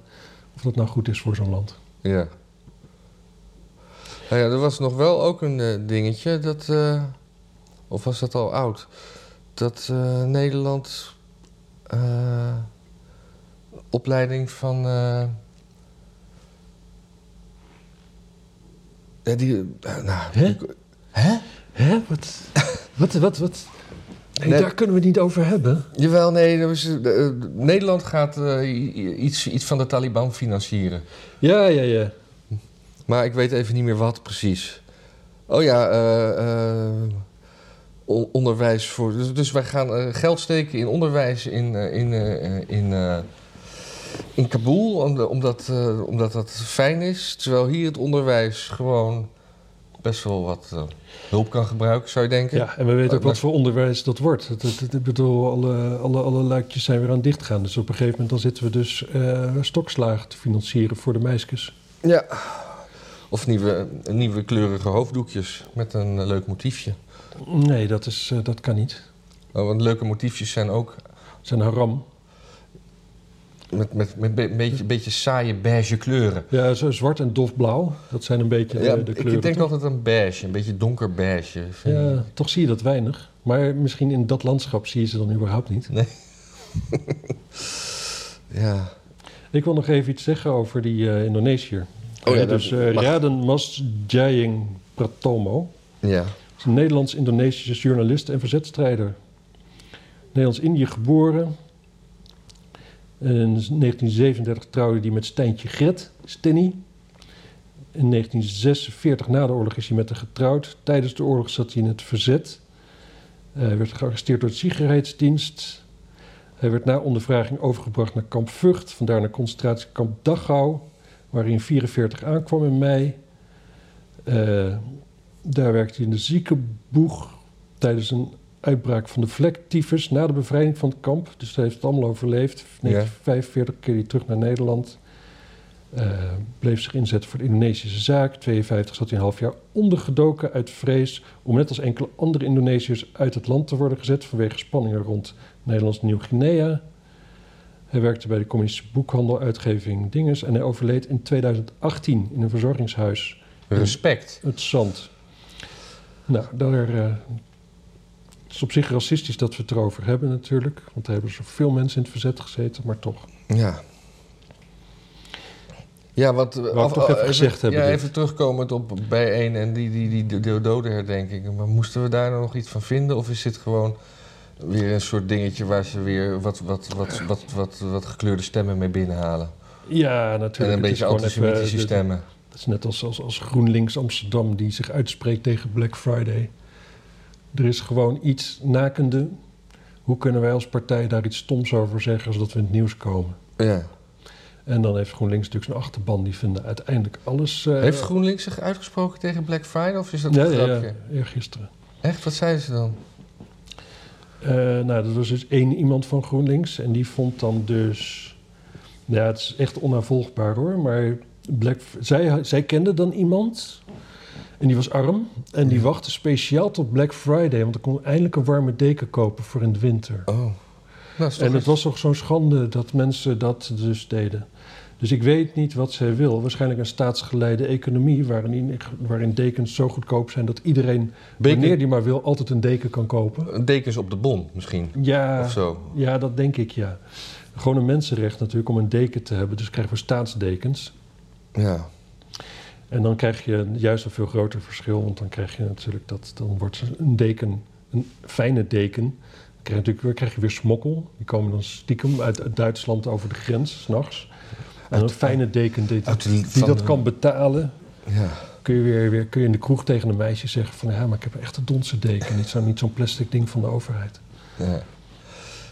S1: Of dat nou goed is voor zo'n land.
S2: Ja. Nou ja, er was nog wel ook een eh, dingetje dat. eh, of was dat al oud? Dat eh, Nederland. eh, opleiding van. eh, ja, die. eh, nou,
S1: Hè?
S2: die- hè?
S1: Hè? Wat? wat, wat, wat? Nee,
S2: Nee.
S1: daar kunnen we het niet over hebben.
S2: Jawel, nee. dat was, eh, eh, Nederland gaat eh, i- iets, iets van de Taliban financieren.
S1: Ja, ja, ja.
S2: Maar ik weet even niet meer wat precies. Oh ja, eh, eh, on- onderwijs voor. Dus, dus wij gaan eh, geld steken in onderwijs in, eh, in, eh, eh, in, eh, in Kabul, om de- omdat, eh, omdat dat fijn is. Terwijl hier het onderwijs gewoon best wel wat eh, hulp kan gebruiken, zou je denken.
S1: Ja, en we weten ook
S2: Maar-
S1: wat voor onderwijs dat wordt. Het- het- het- Ik bedoel, alle, alle, alle luikjes zijn weer aan het dichtgaan. Dus op een gegeven moment dan zitten we dus eh, stokslaag te financieren voor de meisjes.
S2: Ja. Of nieuwe, nieuwe kleurige hoofddoekjes met een eh, leuk motiefje.
S1: Nee, dat, is, eh, dat kan niet.
S2: Oh, want leuke motiefjes zijn ook
S1: Het zijn haram.
S2: met, met, met be- beetje, beetje saaie beige kleuren.
S1: Ja, zo zwart en dofblauw. Dat zijn een beetje de,
S2: Ja,
S1: de kleuren.
S2: ik denk
S1: toch?
S2: altijd aan beige, een beetje donker beige. vind ik.
S1: Ja, toch zie je dat weinig. Maar misschien in dat landschap zie je ze dan überhaupt niet.
S2: ja.
S1: Ik wil nog even iets zeggen over die eh, Indonesiër.
S2: Oh ja,
S1: dus
S2: dat
S1: eh
S2: mag.
S1: Raden Mas Jayeng Pratomo.
S2: ja.
S1: is een Nederlands-Indonesische journalist en verzetstrijder. Nederlands-Indië geboren. In 1937 trouwde hij met Stijntje Gret, Stinny. In 1946, na de oorlog, is hij met haar getrouwd. Tijdens de oorlog zat hij in het verzet. Hij werd gearresteerd door de Sicherheidsdienst. Hij werd na ondervraging overgebracht naar kamp Vught, vandaar naar concentratiekamp Dachau, waar hij in 1944 aankwam in mei. Eh, daar werkte hij in de ziekenboeg tijdens een uitbraak van de vlektyfus na de bevrijding van het kamp. Dus hij heeft het allemaal overleefd.
S2: Ja.
S1: 1945 keerde hij terug naar Nederland. Eh, bleef zich inzetten voor de Indonesische zaak. 52 zat hij een half jaar ondergedoken uit vrees om net als enkele andere Indonesiërs uit het land te worden gezet vanwege spanningen rond Nederlands Nieuw-Guinea. Hij werkte bij de communistische boekhandel, uitgeving Dinges en hij overleed in 2018 in een verzorgingshuis
S2: Respect.
S1: het zand. Nou, daar. eh, het is op zich racistisch dat we het erover hebben, natuurlijk. Want er hebben zoveel mensen in het verzet gezeten, maar toch.
S2: Ja. Ja, wat...
S1: ik toch even gezegd hebben
S2: Ja,
S1: dit.
S2: even terugkomend op bijeen en die, die, die, die, die dodenherdenkingen. Maar moesten we daar nou nog iets van vinden? Of is dit gewoon weer een soort dingetje waar ze weer wat, wat, wat, wat, wat, wat, gekleurde stemmen mee binnenhalen?
S1: Ja,
S2: En
S1: natuurlijk. het
S2: een
S1: is
S2: beetje
S1: gewoon even,
S2: antisemitische
S1: eh, dit-
S2: stemmen.
S1: Het is net als, als, als GroenLinks Amsterdam die zich uitspreekt tegen Black Friday. Er is gewoon iets nakende. Hoe kunnen wij als partij daar iets stoms over zeggen zodat we in het nieuws komen?
S2: Ja.
S1: En dan heeft GroenLinks natuurlijk zijn achterban, die vinden uiteindelijk alles. eh,
S2: Heeft GroenLinks zich uitgesproken tegen Black Friday? Of is dat
S1: ja,
S2: een
S1: ja,
S2: grapje?
S1: ja, eergisteren.
S2: Echt, wat zeiden ze dan?
S1: Eh, nou, dat was dus één iemand van GroenLinks. En die vond dan dus... Ja, het is echt onnavolgbaar hoor. Maar Black, zij, zij kende dan iemand. En die was arm. En die
S2: Ja.
S1: wachtte speciaal tot Black Friday. Want er kon eindelijk een warme deken kopen voor in de winter.
S2: Oh. Nou, is toch
S1: en het
S2: iets.
S1: was toch zo'n schande dat mensen dat dus deden. Dus ik weet niet wat zij wil. Waarschijnlijk een staatsgeleide economie... waarin, waarin dekens zo goedkoop zijn dat iedereen...
S2: Beken-
S1: wanneer die maar wil, altijd een deken kan kopen.
S2: Dekens op de bon, misschien.
S1: Ja,
S2: Of zo.
S1: ja, dat denk ik, ja. Gewoon een mensenrecht natuurlijk om een deken te hebben. Dus krijgen we staatsdekens.
S2: Ja.
S1: En dan krijg je juist een veel groter verschil. Want dan krijg je natuurlijk dat... Dan wordt een deken een fijne deken. Dan krijg je natuurlijk weer, krijg je weer smokkel. Die komen dan stiekem uit, uit Duitsland over de grens, s'nachts. En een fijne deken die,
S2: uit de-
S1: die
S2: van
S1: dat
S2: de-
S1: kan betalen...
S2: Ja.
S1: Kun je, weer, weer, kun je in de kroeg tegen een meisje zeggen van... ja, maar ik heb echt een donse deken. Dit zou niet zo'n plastic ding van de overheid.
S2: Ja,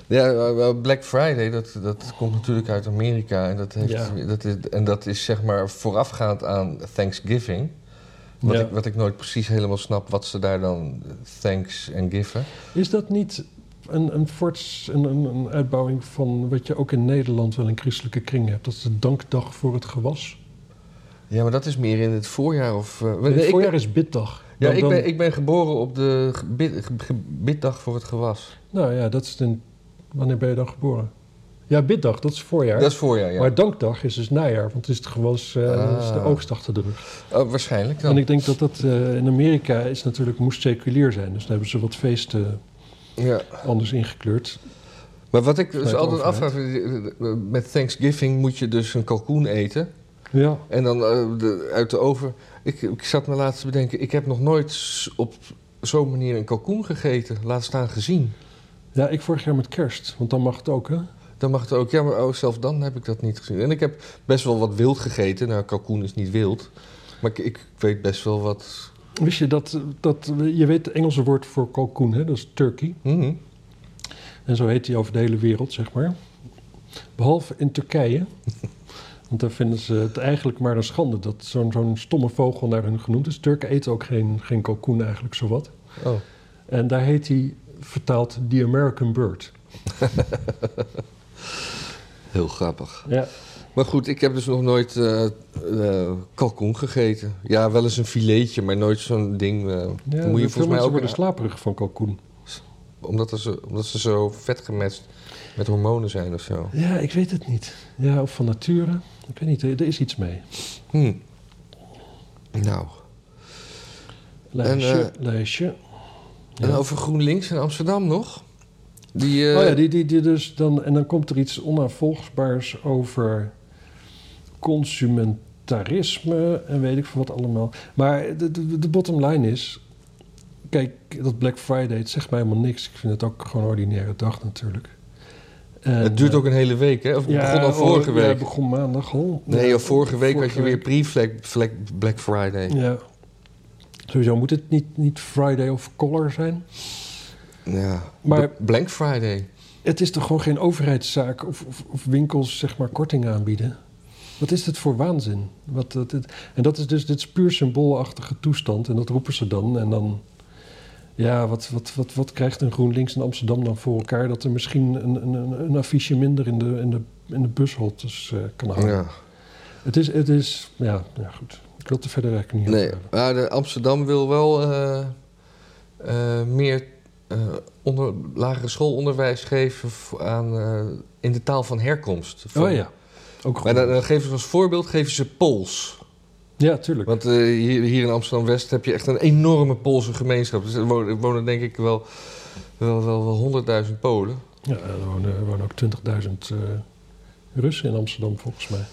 S2: ja eh, eh, Black Friday, dat, dat komt natuurlijk uit Amerika. En dat, heeft,
S1: Ja.
S2: dat, is, en dat is zeg maar voorafgaand aan Thanksgiving. Wat,
S1: Ja.
S2: ik, wat ik nooit precies helemaal snap, wat ze daar dan eh, thanks en given.
S1: Is dat niet een, een, voorts, een, een, een uitbouwing van wat je ook in Nederland wel in christelijke kringen hebt? Dat is de dankdag voor het gewas.
S2: Ja, maar dat is meer in het voorjaar of... eh,
S1: Nee,
S2: ik ben-
S1: voorjaar is biddag.
S2: ja,
S1: Dan-
S2: ik
S1: dan-
S2: ben, ik ben geboren op de gebid, ge- ge- biddag voor het gewas.
S1: Nou ja, dat is een. Wanneer ben je dan geboren? Ja, biddag, dat is voorjaar.
S2: Dat is voorjaar, ja.
S1: Maar dankdag is dus najaar, want het is het gewas, eh,
S2: Ah.
S1: dat is de oogst achter de rug.
S2: Oh, waarschijnlijk dan.
S1: En ik denk dat dat eh, in Amerika is natuurlijk, moest seculier zijn. Dus daar hebben ze wat feesten
S2: ja.
S1: anders ingekleurd.
S2: Maar wat ik dus
S1: Vanuit de
S2: altijd afvraag, eh, eh, met Thanksgiving moet je dus een kalkoen eten.
S1: Ja,
S2: En dan eh, de- uit de over. Ik, ik zat me laatst te bedenken, ik heb nog nooit s- op zo'n manier een kalkoen gegeten, laat staan gezien.
S1: ja, ik vorig jaar met kerst, want dan mag het ook, hè?
S2: Dan mag het ook, ja, maar oh, zelfs dan heb ik dat niet gezien. En ik heb best wel wat wild gegeten. Nou, kalkoen is niet wild. Maar ik, ik weet best wel wat.
S1: Wist je dat, dat je weet het Engelse woord voor kalkoen, hè? dat is turkey.
S2: Mhm.
S1: En zo heet die over de hele wereld, zeg maar. Behalve in Turkije. Want dan vinden ze het eigenlijk maar een schande dat zo'n zo'n stomme vogel naar hun genoemd is. Turken eten ook geen, geen kalkoen eigenlijk, zowat.
S2: Oh.
S1: En daar heet hij vertaald The American Bird.
S2: Heel grappig.
S1: Ja.
S2: Maar goed, ik heb dus nog nooit eh, eh, kalkoen gegeten. Ja, wel eens een filetje, maar nooit zo'n ding. eh.
S1: Ja,
S2: moet je
S1: veel
S2: volgens mij
S1: mensen
S2: ook
S1: worden slaperig van kalkoen.
S2: omdat, er ze, omdat ze zo vet gematcht met hormonen zijn of zo.
S1: Ja, ik weet het niet. Ja, of van nature. Ik weet niet, er er is iets mee.
S2: Hm.
S1: Hmm.
S2: Nou,
S1: Lijstje,
S2: En, eh,
S1: lijstje.
S2: en over GroenLinks in Amsterdam nog? Die, eh,
S1: oh ja, die, die, die dus dan, en dan komt er iets onaanvolgbaars over consumentarisme en weet ik veel wat allemaal. Maar de, de, de bottom line is, kijk, dat Black Friday, het zegt mij helemaal niks. Ik vind het ook gewoon een ordinaire dag natuurlijk. En,
S2: Het duurt ook een hele week, hè? Of het
S1: eh,
S2: begon al
S1: oh,
S2: vorige
S1: Ja,
S2: week.
S1: het begon maandag al.
S2: Nee,
S1: Ja,
S2: joh, vorige week had je
S1: vorige
S2: weer pre-Black Black- Black Friday.
S1: Ja. Sowieso moet het niet, niet Friday of Color zijn.
S2: Ja.
S1: Maar-
S2: B- Blank Friday.
S1: Het is toch gewoon geen overheidszaak of, of, of winkels zeg maar korting aanbieden? Wat is dit voor waanzin? Wat, dat, dit- en dat is dus dit is puur symboolachtige toestand en dat roepen ze dan. En dan, ja, wat, wat, wat, wat krijgt een GroenLinks in Amsterdam dan voor elkaar dat er misschien een, een, een, een affiche minder in de, in de, in de busholtes eh, kan hangen?
S2: Ja.
S1: Het is, het is ja, ja, goed. Ik wil het er verder eigenlijk niet
S2: Nee,
S1: over hebben.
S2: maar de Amsterdam wil wel eh, eh, meer eh, onder, lagere schoolonderwijs geven v- aan, eh, in de taal van herkomst. Van-
S1: Oh ja, ook
S2: Maar
S1: goed.
S2: dan, eh, dan geven ze als voorbeeld geven ze Pools.
S1: ja, tuurlijk.
S2: Want eh, hier, hier in Amsterdam-West heb je echt een enorme Poolse gemeenschap. Dus er wonen, er wonen denk ik wel wel, wel, wel 100.000 Polen.
S1: Ja, er wonen, er wonen ook 20.000 eh, Russen in Amsterdam volgens mij.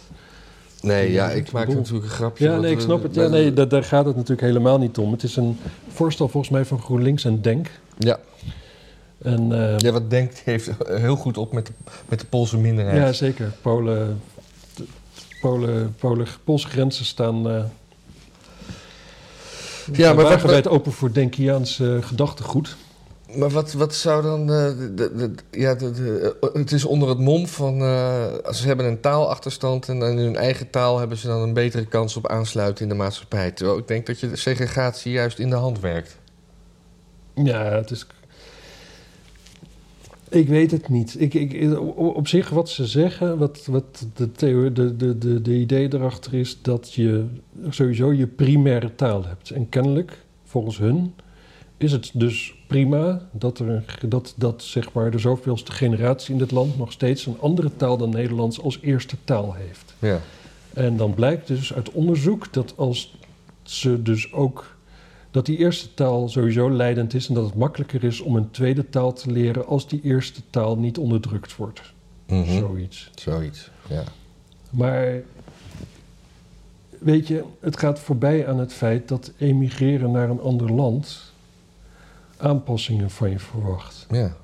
S2: Nee, ja,
S1: Ja,
S2: ik
S1: ik
S2: maak
S1: bedoel-
S2: natuurlijk een grapje.
S1: Ja,
S2: want
S1: nee, ik
S2: we-
S1: snap het. Ja,
S2: we-
S1: nee, daar, daar gaat het natuurlijk helemaal niet om. Het is een voorstel volgens mij van GroenLinks en Denk.
S2: Ja,
S1: En, eh, ja.
S2: ja, wat denkt heeft heel goed op met de, met de Poolse minderheid.
S1: zeker. Polen, de- Polen, Polen, Poolse grenzen staan eh
S2: Ja, maar, wat,
S1: wagenwijd open voor Denkiaans eh, gedachtegoed.
S2: wat- maar wat, wat zou dan... eh, de- de- de- ja, de- de- eh, het is onder het mom van... eh, ze hebben een taalachterstand en in hun eigen taal hebben ze dan een betere kans op aansluiten in de maatschappij. Terwijl ik denk dat je de segregatie juist in de hand werkt.
S1: Ja, het is... Ik weet het niet. Ik, ik, op zich wat ze zeggen, wat, wat de, theo- de, de, de, de idee erachter is... dat je sowieso je primaire taal hebt. En kennelijk, volgens hun, is het dus prima... dat, er, dat, dat zeg maar, de zoveelste generatie in dit land... nog steeds een andere taal dan Nederlands als eerste taal heeft.
S2: Ja.
S1: En dan blijkt dus uit onderzoek dat als ze dus ook dat die eerste taal sowieso leidend is en dat het makkelijker is om een tweede taal te leren als die eerste taal niet onderdrukt wordt.
S2: Mhm.
S1: Zoiets.
S2: Zoiets, ja.
S1: Maar weet je, het gaat voorbij aan het feit dat emigreren naar een ander land aanpassingen van je verwacht.
S2: ja.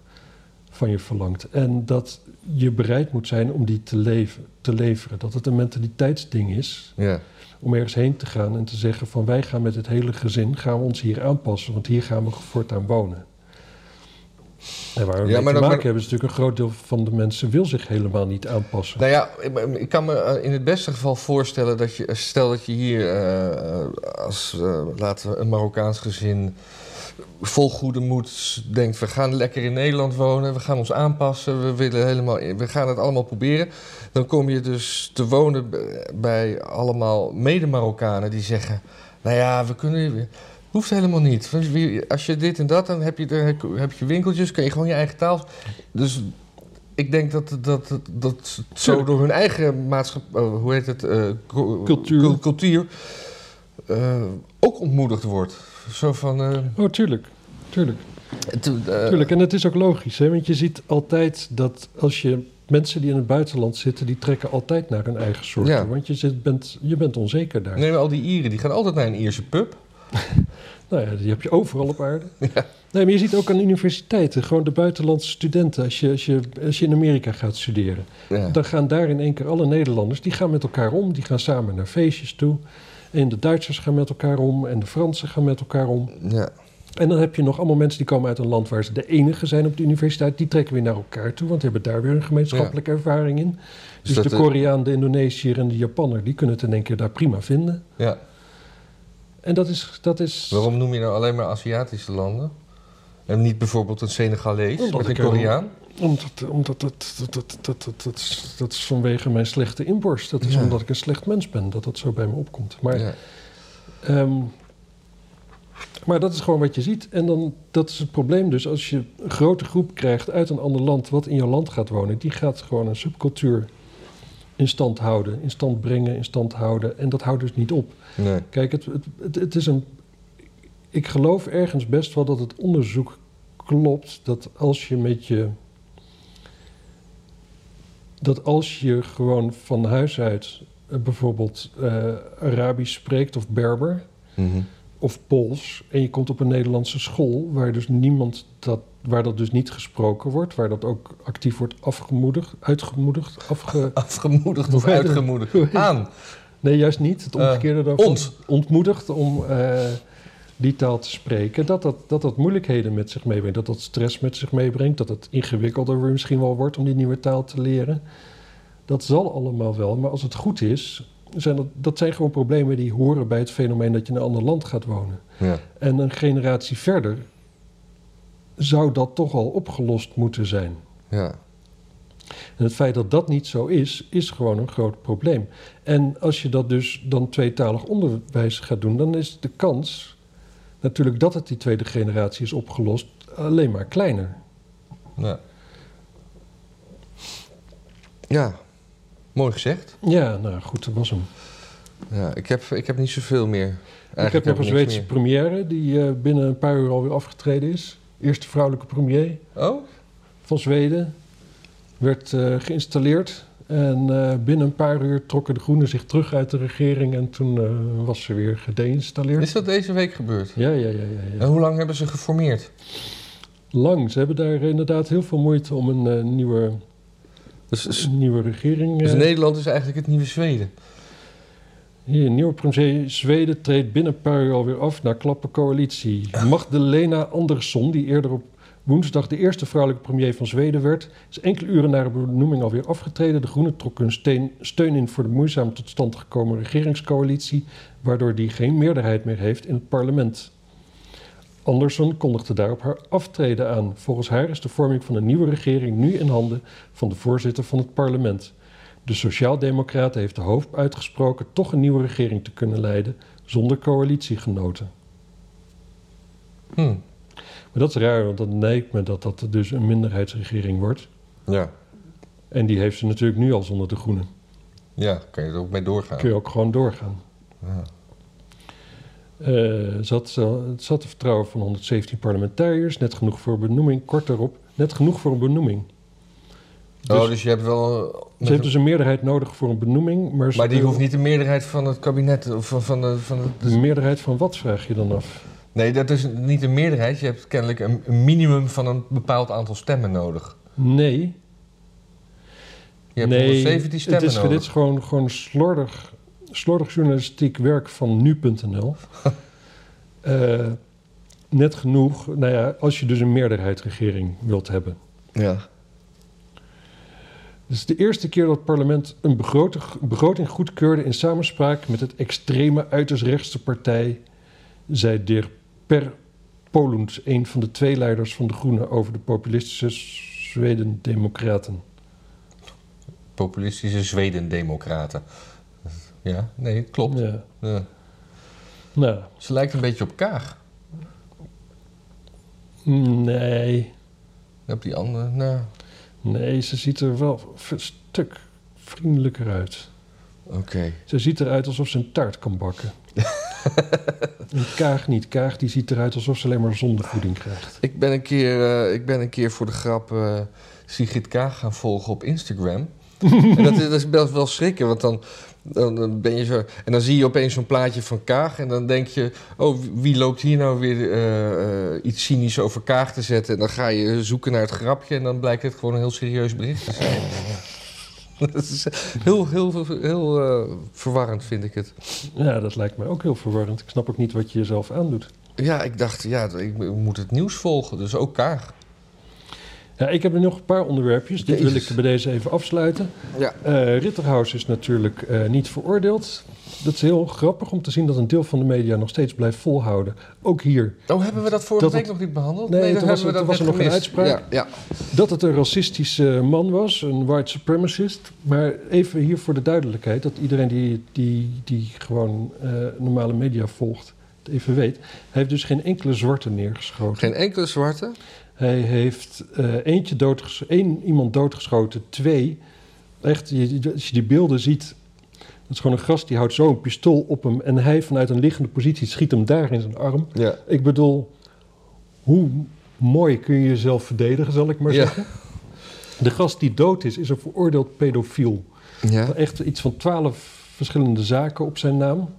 S1: van je verlangt. En dat je bereid moet zijn om die te, leven, te leveren. Dat het een mentaliteitsding is
S2: Ja,
S1: om ergens heen te gaan en te zeggen van wij gaan met het hele gezin, gaan we ons hier aanpassen, want hier gaan we voortaan wonen. En waar we
S2: Ja,
S1: mee
S2: maar
S1: te
S2: dan-
S1: maken
S2: maar-
S1: hebben is natuurlijk een groot deel van de mensen wil zich helemaal niet aanpassen.
S2: Nou ja, ik- ik kan me eh, in het beste geval voorstellen dat je, stel dat je hier eh, als, eh, laten we een Marokkaans gezin vol goede moed denkt, we gaan lekker in Nederland wonen, we gaan ons aanpassen, we, willen helemaal, we gaan het allemaal proberen. Dan kom je dus te wonen b- bij allemaal mede-Marokkanen die zeggen, nou ja, we kunnen... Hoeft helemaal niet. Want wie- Als je dit en dat, dan heb je, er- heb je winkeltjes, kun je gewoon je eigen taal. Dus ik denk dat, dat, dat, dat zo
S1: Tuurlijk.
S2: door hun eigen maatschappij, hoe heet het, eh, cu-
S1: Cultuur.
S2: cul- cultuur eh, ook ontmoedigd wordt. Zo van. eh,
S1: Oh, tuurlijk. Tuurlijk.
S2: het, eh,
S1: Tuurlijk, en het is ook logisch, hè? want je ziet altijd dat als je mensen die in het buitenland zitten, die trekken altijd naar hun eigen soort.
S2: Ja.
S1: toe, Want je, zit, bent, je bent onzeker daar.
S2: neem al die Ieren, die gaan altijd naar een Ierse pub.
S1: Nou ja, die heb je overal op aarde. Nee, maar je ziet ook aan universiteiten, gewoon de buitenlandse studenten, als je, als je, als je in Amerika gaat studeren.
S2: Ja.
S1: Dan gaan daar in één keer alle Nederlanders, die gaan met elkaar om, die gaan samen naar feestjes toe. En de Duitsers gaan met elkaar om en de Fransen gaan met elkaar om.
S2: Ja.
S1: En dan heb je nog allemaal mensen die komen uit een land waar ze de enige zijn op de universiteit. Die trekken weer naar elkaar toe, want die hebben daar weer een gemeenschappelijke ervaring in. Dus,
S2: dat eh,
S1: de
S2: de-
S1: Koreaan, de Indonesiër en de Japanner, die kunnen het in één keer daar prima vinden.
S2: Ja.
S1: En dat is... Dat is
S2: Waarom noem je nou alleen maar Aziatische landen? En niet bijvoorbeeld een Senegalees
S1: Omdat
S2: of een
S1: ik er wel-
S2: Koreaan?
S1: Omdat, omdat dat, dat, dat, dat, dat, dat, is, dat is vanwege mijn slechte inborst. Dat is
S2: Ja.
S1: omdat ik een slecht mens ben, dat dat zo bij me opkomt. Maar
S2: Ja.
S1: Ehm, maar dat is gewoon wat je ziet. En dan, dat is het probleem dus. Als je een grote groep krijgt uit een ander land wat in jouw land gaat wonen, die gaat gewoon een subcultuur in stand houden, in stand brengen, in stand houden. En dat houdt dus niet op.
S2: Nee.
S1: Kijk, het, het, het, het is een. Ik geloof ergens best wel dat het onderzoek klopt dat als je met je. Dat als je gewoon van huis uit eh, bijvoorbeeld eh, Arabisch spreekt of Berber
S2: Mhm.
S1: of Pools en je komt op een Nederlandse school waar dus niemand dat waar dat dus niet gesproken wordt, waar dat ook actief wordt afgemoedigd, uitgemoedigd, afge
S2: Afgemoedigd of
S1: Hoe heet het? Hoe
S2: uitgemoedigd?
S1: heet
S2: Aan.
S1: Nee, juist niet. Het
S2: Eh,
S1: omgekeerde daarvan.
S2: ont.
S1: Ontmoedigd om eh, die taal te spreken. Dat dat, dat dat moeilijkheden met zich meebrengt. Dat dat stress met zich meebrengt. Dat het ingewikkelder weer misschien wel wordt om die nieuwe taal te leren. Dat zal allemaal wel. Maar als het goed is, zijn dat, dat zijn gewoon problemen die horen bij het fenomeen dat je in een ander land gaat wonen.
S2: Ja.
S1: En een generatie verder zou dat toch al opgelost moeten zijn.
S2: Ja.
S1: En het feit dat dat niet zo is, is gewoon een groot probleem. En als je dat dus dan tweetalig onderwijs gaat doen, dan is de kans natuurlijk dat het die tweede generatie is opgelost alleen maar kleiner.
S2: Ja. ja. Mooi gezegd.
S1: Ja, nou goed, dat was hem.
S2: Ja, ik, heb, ik heb niet zoveel meer.
S1: ik heb nog een
S2: ik niks
S1: Zweedse première die eh, binnen een paar uur alweer afgetreden is. Eerste vrouwelijke premier
S2: meer. Oh?
S1: van Zweden. Werd eh, geïnstalleerd. En eh, binnen een paar uur trokken de Groenen zich terug uit de regering. En toen eh, was ze weer gedeïnstalleerd.
S2: Is dat deze week gebeurd?
S1: Ja, ja, ja, ja. ja.
S2: En hoe lang hebben ze geformeerd?
S1: lang. Ze hebben daar inderdaad heel veel moeite om een eh, nieuwe,
S2: Dus, dus
S1: nieuwe regering. eh,
S2: Nederland is eigenlijk het nieuwe Zweden.
S1: hier, nieuwe premier Zweden treedt binnen een paar uur alweer af naar klappe coalitie. Magdalena Andersson, die eerder op woensdag de eerste vrouwelijke premier van Zweden werd, is enkele uren na haar benoeming alweer afgetreden. De Groenen trokken hun steen, steun in voor de moeizaam tot stand gekomen regeringscoalitie, waardoor die geen meerderheid meer heeft in het parlement. Anderson kondigde daarop haar aftreden aan. Volgens haar is de vorming van een nieuwe regering nu in handen van de voorzitter van het parlement. De Sociaaldemocraat heeft de hoop uitgesproken toch een nieuwe regering te kunnen leiden zonder coalitiegenoten.
S2: Hm.
S1: Maar dat is raar, want dan lijkt me dat dat dus een minderheidsregering wordt.
S2: Ja.
S1: En die heeft ze natuurlijk nu al zonder de Groenen.
S2: Ja, kan je er ook mee doorgaan.
S1: Kun je ook gewoon doorgaan.
S2: Ja.
S1: Eh, zat, het zat te vertrouwen van 117 parlementariërs, net genoeg voor benoeming. Kort daarop, net genoeg voor een benoeming.
S2: oh, dus je hebt wel... eh, met
S1: Ze dus- heeft
S2: een-
S1: dus een meerderheid nodig voor een benoeming. Maar, ze
S2: maar die
S1: wil-
S2: hoeft niet de meerderheid van het kabinet... Of van, van, de, van de-
S1: De meerderheid van wat vraag je dan af?
S2: Nee, dat is niet een meerderheid. Je hebt kennelijk een, een minimum van een bepaald aantal stemmen nodig.
S1: Nee.
S2: Je hebt
S1: nee,
S2: 117 stemmen
S1: het is,
S2: nodig.
S1: Dit is gewoon, gewoon slordig, slordig journalistiek werk van nu.nl. Eh, net genoeg, nou ja, als je dus een meerderheidsregering wilt hebben.
S2: Ja.
S1: Het is de eerste keer dat het parlement een begroting, begroting goedkeurde in samenspraak met het extreme uiterst rechtse partij, zei de heer Per Polund, een van de twee leiders van de Groenen over de populistische Zweden-Democraten.
S2: Populistische Zweden-democraten. Ja, nee, klopt.
S1: Ja.
S2: Ja.
S1: Nou,
S2: Ze lijkt een beetje op Kaag.
S1: mm, nee,
S2: Op die andere, nou,
S1: nee, ze ziet er wel een stuk vriendelijker uit.
S2: oké.
S1: Ze ziet eruit alsof ze een taart kan bakken. en Kaag niet. Kaag die ziet eruit alsof ze alleen maar zondevoeding krijgt.
S2: Ik ben een keer, eh, ik ben een keer voor de grap eh, Sigrid Kaag gaan volgen op Instagram. en dat is, dat is best wel schrikken, want dan, dan, dan ben je zo... En dan zie je opeens zo'n plaatje van Kaag en dan denk je... Oh, wie- wie loopt hier nou weer eh, eh, iets cynisch over Kaag te zetten? En dan ga je zoeken naar het grapje en dan blijkt het gewoon een heel serieus bericht te zijn. dat is eh, heel, heel, heel, eh, verwarrend, vind ik het.
S1: Ja, dat lijkt mij ook heel verwarrend. Ik snap ook niet wat je jezelf aandoet.
S2: Ja, ik dacht, ja, ik moet het nieuws volgen, dus ook Kaag.
S1: Ja, ik heb nog een paar onderwerpjes. Dit wil
S2: Jezus.
S1: ik bij deze even afsluiten.
S2: Ja.
S1: Eh, Ritterhaus is natuurlijk eh, niet veroordeeld. Dat is heel grappig om te zien dat een deel van de media nog steeds blijft volhouden. Ook hier.
S2: Oh, hebben we dat vorige
S1: Dat
S2: week
S1: het-
S2: nog niet behandeld?
S1: Nee, toen
S2: dan
S1: was
S2: hebben
S1: er-
S2: we dat
S1: toen
S2: net
S1: was er nog
S2: gemist.
S1: geen uitspraak.
S2: Ja,
S1: Dat het een racistische man was, een white supremacist. Maar even hier voor de duidelijkheid, dat iedereen die, die, die gewoon eh, normale media volgt, het even weet. Hij heeft dus geen enkele zwarte
S2: ja.
S1: neergeschoten.
S2: Geen e- enkele zwarte.
S1: Hij heeft eh, eentje doodges- één iemand doodgeschoten, twee. Echt, je- je- als je die beelden ziet, dat is gewoon een gast die houdt zo'n pistool op hem en hij vanuit een liggende positie schiet hem daar in zijn arm.
S2: Ja.
S1: Ik bedoel, hoe mooi kun je jezelf verdedigen, zal ik maar
S2: Ja.
S1: zeggen. De gast die dood is, is een veroordeeld pedofiel.
S2: Ja.
S1: Echt iets van twaalf verschillende zaken op zijn naam.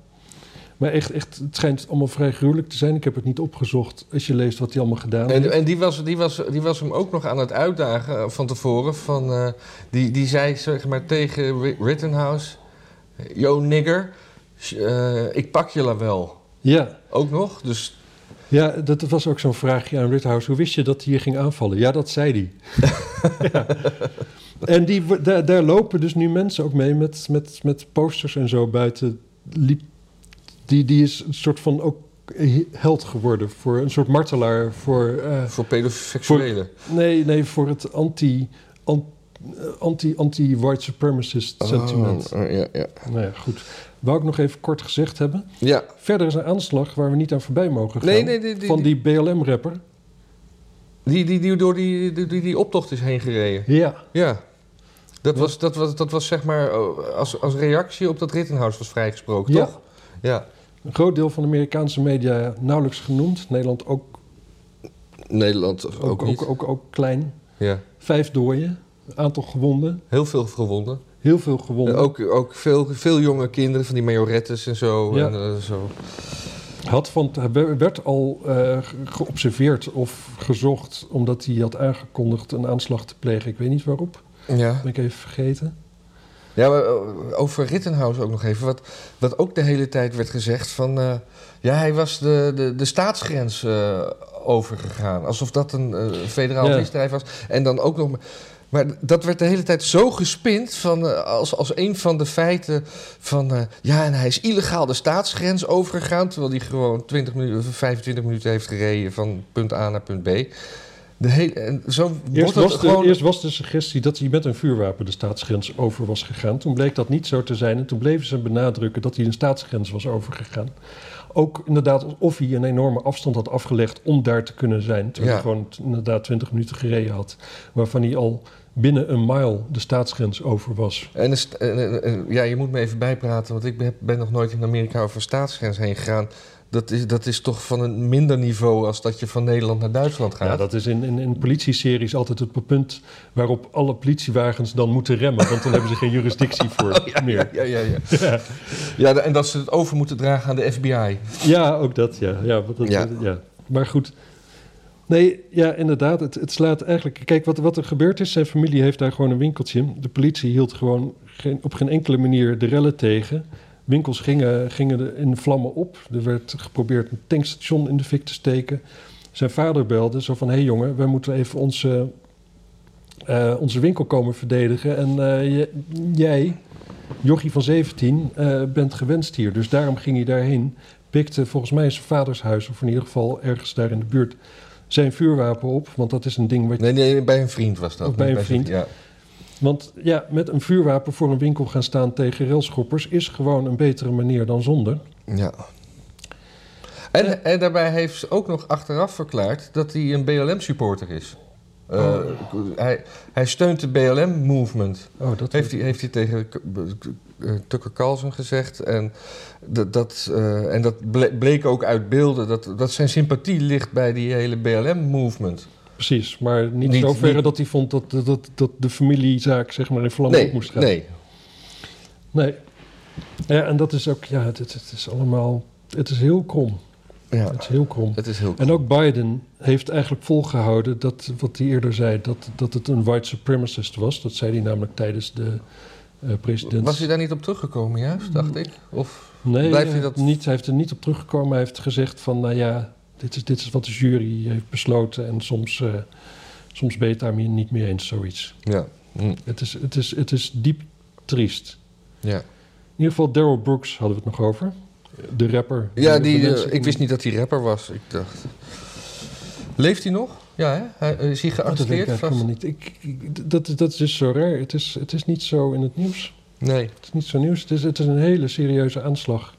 S1: Maar echt, echt, het schijnt allemaal vrij gruwelijk te zijn. Ik heb het niet opgezocht als je leest wat hij allemaal gedaan heeft.
S2: En, en die, was, die, was, die was hem ook nog aan het uitdagen eh, van tevoren. Van, eh, die, die zei zeg maar, tegen Ri- Rittenhouse: Yo, nigger, sh- eh, ik pak je la wel.
S1: Ja,
S2: Ook nog. Dus
S1: ja, dat was ook zo'n vraagje aan Rittenhouse. Hoe wist je dat hij je ging aanvallen? Ja, dat zei hij. Ja. En die, wo- daar, daar lopen dus nu mensen ook mee met, met, met posters en zo buiten. Liep, die, die is een soort van ook held geworden. Voor, een soort martelaar voor... eh,
S2: voor pedoseksuelen.
S1: nee, nee, voor het anti, an- eh, anti, anti-white supremacist sentiment.
S2: Oh, eh, ja, ja.
S1: Nou ja, goed. Wou ik nog even kort gezegd hebben.
S2: ja.
S1: Verder is een aanslag waar we niet aan voorbij mogen gaan.
S2: Nee, nee, die, die,
S1: van die BLM-rapper.
S2: die, die, die door die, die, die, die optocht is heen gereden.
S1: Ja.
S2: Ja. Dat,
S1: Ja.
S2: Was, dat, was, dat was zeg maar eh, als, als reactie op dat Rittenhouse was vrijgesproken,
S1: Ja.
S2: toch? Ja.
S1: Een groot deel van de Amerikaanse media nauwelijks genoemd. Nederland ook,
S2: Nederland ook,
S1: ook,
S2: niet.
S1: ook, ook, ook klein.
S2: Ja.
S1: Vijf doden, een aantal gewonden,
S2: Heel veel gewonden.
S1: heel veel gewonden.
S2: Eh, Ook, ook veel, veel jonge kinderen van die majorettes en zo.
S1: Ja.
S2: En, eh, zo.
S1: Had van, er werd al eh, ge- geobserveerd of gezocht omdat hij had aangekondigd een aanslag te plegen. Ik weet niet waarop,
S2: ja.
S1: ben ik even vergeten.
S2: ja maar eh, over Rittenhouse ook nog even. Wat, wat ook de hele tijd werd gezegd van... eh, ja, hij was de, de, de staatsgrens eh, overgegaan. Alsof dat een eh, federaal
S1: Ja.
S2: misdrijf was. En dan ook nog... maar- Maar dat werd de hele tijd zo gespind van, eh, als, als een van de feiten van... eh, ja, en hij is illegaal de staatsgrens overgegaan... terwijl hij gewoon 20 minuten, 25 minuten heeft gereden van punt A naar punt B. De hele, en zo
S1: Eerst
S2: wordt het
S1: was, de,
S2: gewoon...
S1: eerst was de suggestie dat hij met een vuurwapen de staatsgrens over was gegaan. Toen bleek dat niet zo te zijn en toen bleven ze benadrukken dat hij een staatsgrens was overgegaan. Ook inderdaad alsof hij een enorme afstand had afgelegd om daar te kunnen zijn. Terwijl hij
S2: Ja.
S1: gewoon t- inderdaad 20 minuten gereden had. Waarvan hij al binnen een mile de staatsgrens over was.
S2: En een sta- en- en- en- ja, je moet me even bijpraten, want ik ben, ben nog nooit in Amerika over een staatsgrens heen gegaan. Dat is, dat is toch van een minder niveau als dat je van Nederland naar Duitsland gaat.
S1: Ja, dat is in, in, in politie-series altijd het punt waarop alle politiewagens dan moeten remmen. Want dan hebben ze geen jurisdictie voor meer.
S2: Oh, ja, ja, ja. ja, en dat ze het over moeten dragen aan de FBI.
S1: Ja, ook dat, ja. ja, want dat, ja.
S2: Ja.
S1: Maar goed. Nee, ja, inderdaad. Het, het slaat eigenlijk... Kijk, wat, wat er gebeurd is, zijn familie heeft daar gewoon een winkeltje. De politie hield gewoon geen, op geen enkele manier de rellen tegen. Winkels gingen, gingen er in vlammen op. Er werd geprobeerd een tankstation in de fik te steken. Zijn vader belde zo van... Hé hey jongen, wij moeten even onze, eh, onze winkel komen verdedigen. En eh, j- jij, jochie van 17, eh, bent gewenst hier. Dus daarom ging hij daarheen pikte volgens mij zijn vaders huis, of in ieder geval ergens daar in de buurt, zijn vuurwapen op. Want dat is een ding wat. je-
S2: Nee, nee, bij een vriend was dat.
S1: Of bij
S2: Niet
S1: een
S2: zijn-
S1: vriend.
S2: Ja.
S1: Want ja, met een vuurwapen voor een winkel gaan staan tegen railschoppers is gewoon een betere manier dan zonder.
S2: ja. En, en daarbij heeft ze ook nog achteraf verklaard dat hij een BLM-supporter is. Eh, hij, hij steunt de BLM-movement.
S1: Oh, dat
S2: Heeft hij, heeft hij tegen K- B- K- eh, Tucker Carlson gezegd. En dat, dat, eh, en dat ble- bleek ook uit beelden. Dat, dat zijn sympathie ligt bij die hele BLM-movement.
S1: Precies, maar niet,
S2: Niet-
S1: zover
S2: niet-
S1: dat hij vond dat, dat- dat, dat de familiezaak zeg maar in vlammen op
S2: Nee,
S1: moest gaan.
S2: nee.
S1: nee. Ja, en dat is ook, ja, het, het- het is allemaal, het is heel krom.
S2: Ja,
S1: Het is heel krom.
S2: het is heel...
S1: En ook Biden heeft eigenlijk volgehouden dat wat hij eerder zei, dat, dat het een white supremacist was. Dat zei hij namelijk tijdens de eh presidents.
S2: Was hij daar niet op teruggekomen juist, dacht ik? Of
S1: nee,
S2: blijft
S1: eh,
S2: hij dat-
S1: niet, hij heeft er niet op teruggekomen. Hij heeft gezegd van, nou ja, Dit is, dit is wat de jury heeft besloten en soms, eh, soms ben je het daar meer- niet mee eens, zoiets.
S2: Ja. Hm.
S1: Het is, het is, het is diep triest.
S2: Ja,
S1: In ieder geval Daryl Brooks hadden we het nog over. De rapper.
S2: ja
S1: De- de
S2: die, eh,
S1: mensen-
S2: ik wist niet dat hij rapper was. Ik dacht... Leeft hij nog? Ja, hè? Hij, eh, is hij
S1: Oh, dat weet ik
S2: gearresteerd?
S1: eigenlijk helemaal niet. Ik, ik- dat, dat is dus zo raar. Het is, het is niet zo in het nieuws.
S2: Nee.
S1: Het is niet zo nieuws. Het is, het is een hele serieuze aanslag.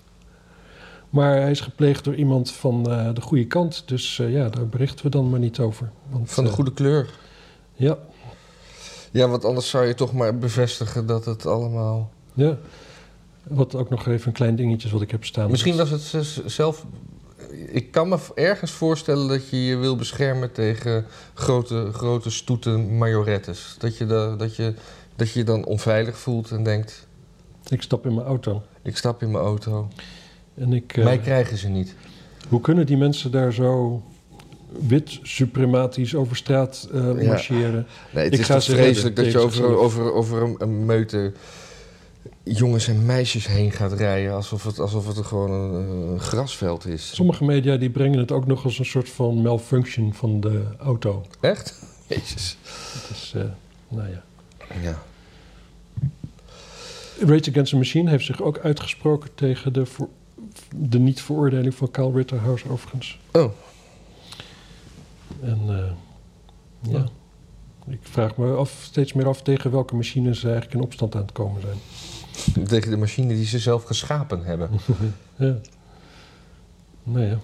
S1: Maar hij is gepleegd door iemand van eh, de goede kant. Dus eh, ja, daar berichten we dan maar niet over. Want,
S2: Van de
S1: eh,
S2: goede kleur.
S1: Ja,
S2: Ja, want anders zou je toch maar bevestigen dat het allemaal...
S1: ja. Wat ook nog even een klein dingetje is wat ik heb staan.
S2: Misschien was het z- zelf... Ik kan me ergens voorstellen dat je je wil beschermen tegen grote, grote stoeten majorettes. Dat je, da, dat, je, dat je je dan onveilig voelt en denkt,
S1: Ik stap in mijn auto.
S2: ik stap in mijn auto.
S1: En ik, eh,
S2: Mij krijgen ze niet.
S1: hoe kunnen die mensen daar zo wit suprematisch over straat eh,
S2: Ja.
S1: marcheren?
S2: Nee, het
S1: Ik
S2: is
S1: ga
S2: toch
S1: ze redden
S2: vreselijk dat je
S1: tegen
S2: over,
S1: zichzelf.
S2: over, over een, een meute jongens en meisjes heen gaat rijden. Alsof het, alsof het gewoon een, een grasveld is.
S1: Sommige media die brengen het ook nog als een soort van malfunction van de auto.
S2: Echt? Jezus.
S1: Het is, eh, nou ja.
S2: Ja.
S1: Rage Against the Machine heeft zich ook uitgesproken tegen de, voor- de niet-veroordeling van Kyle Ritterhouse, overigens.
S2: Oh.
S1: En eh, ja.
S2: Ja. Oh.
S1: ik vraag me af, steeds meer af tegen welke machines ze eigenlijk in opstand aan het komen zijn.
S2: Tegen de machine die ze zelf geschapen hebben.
S1: Ja. Nou ja,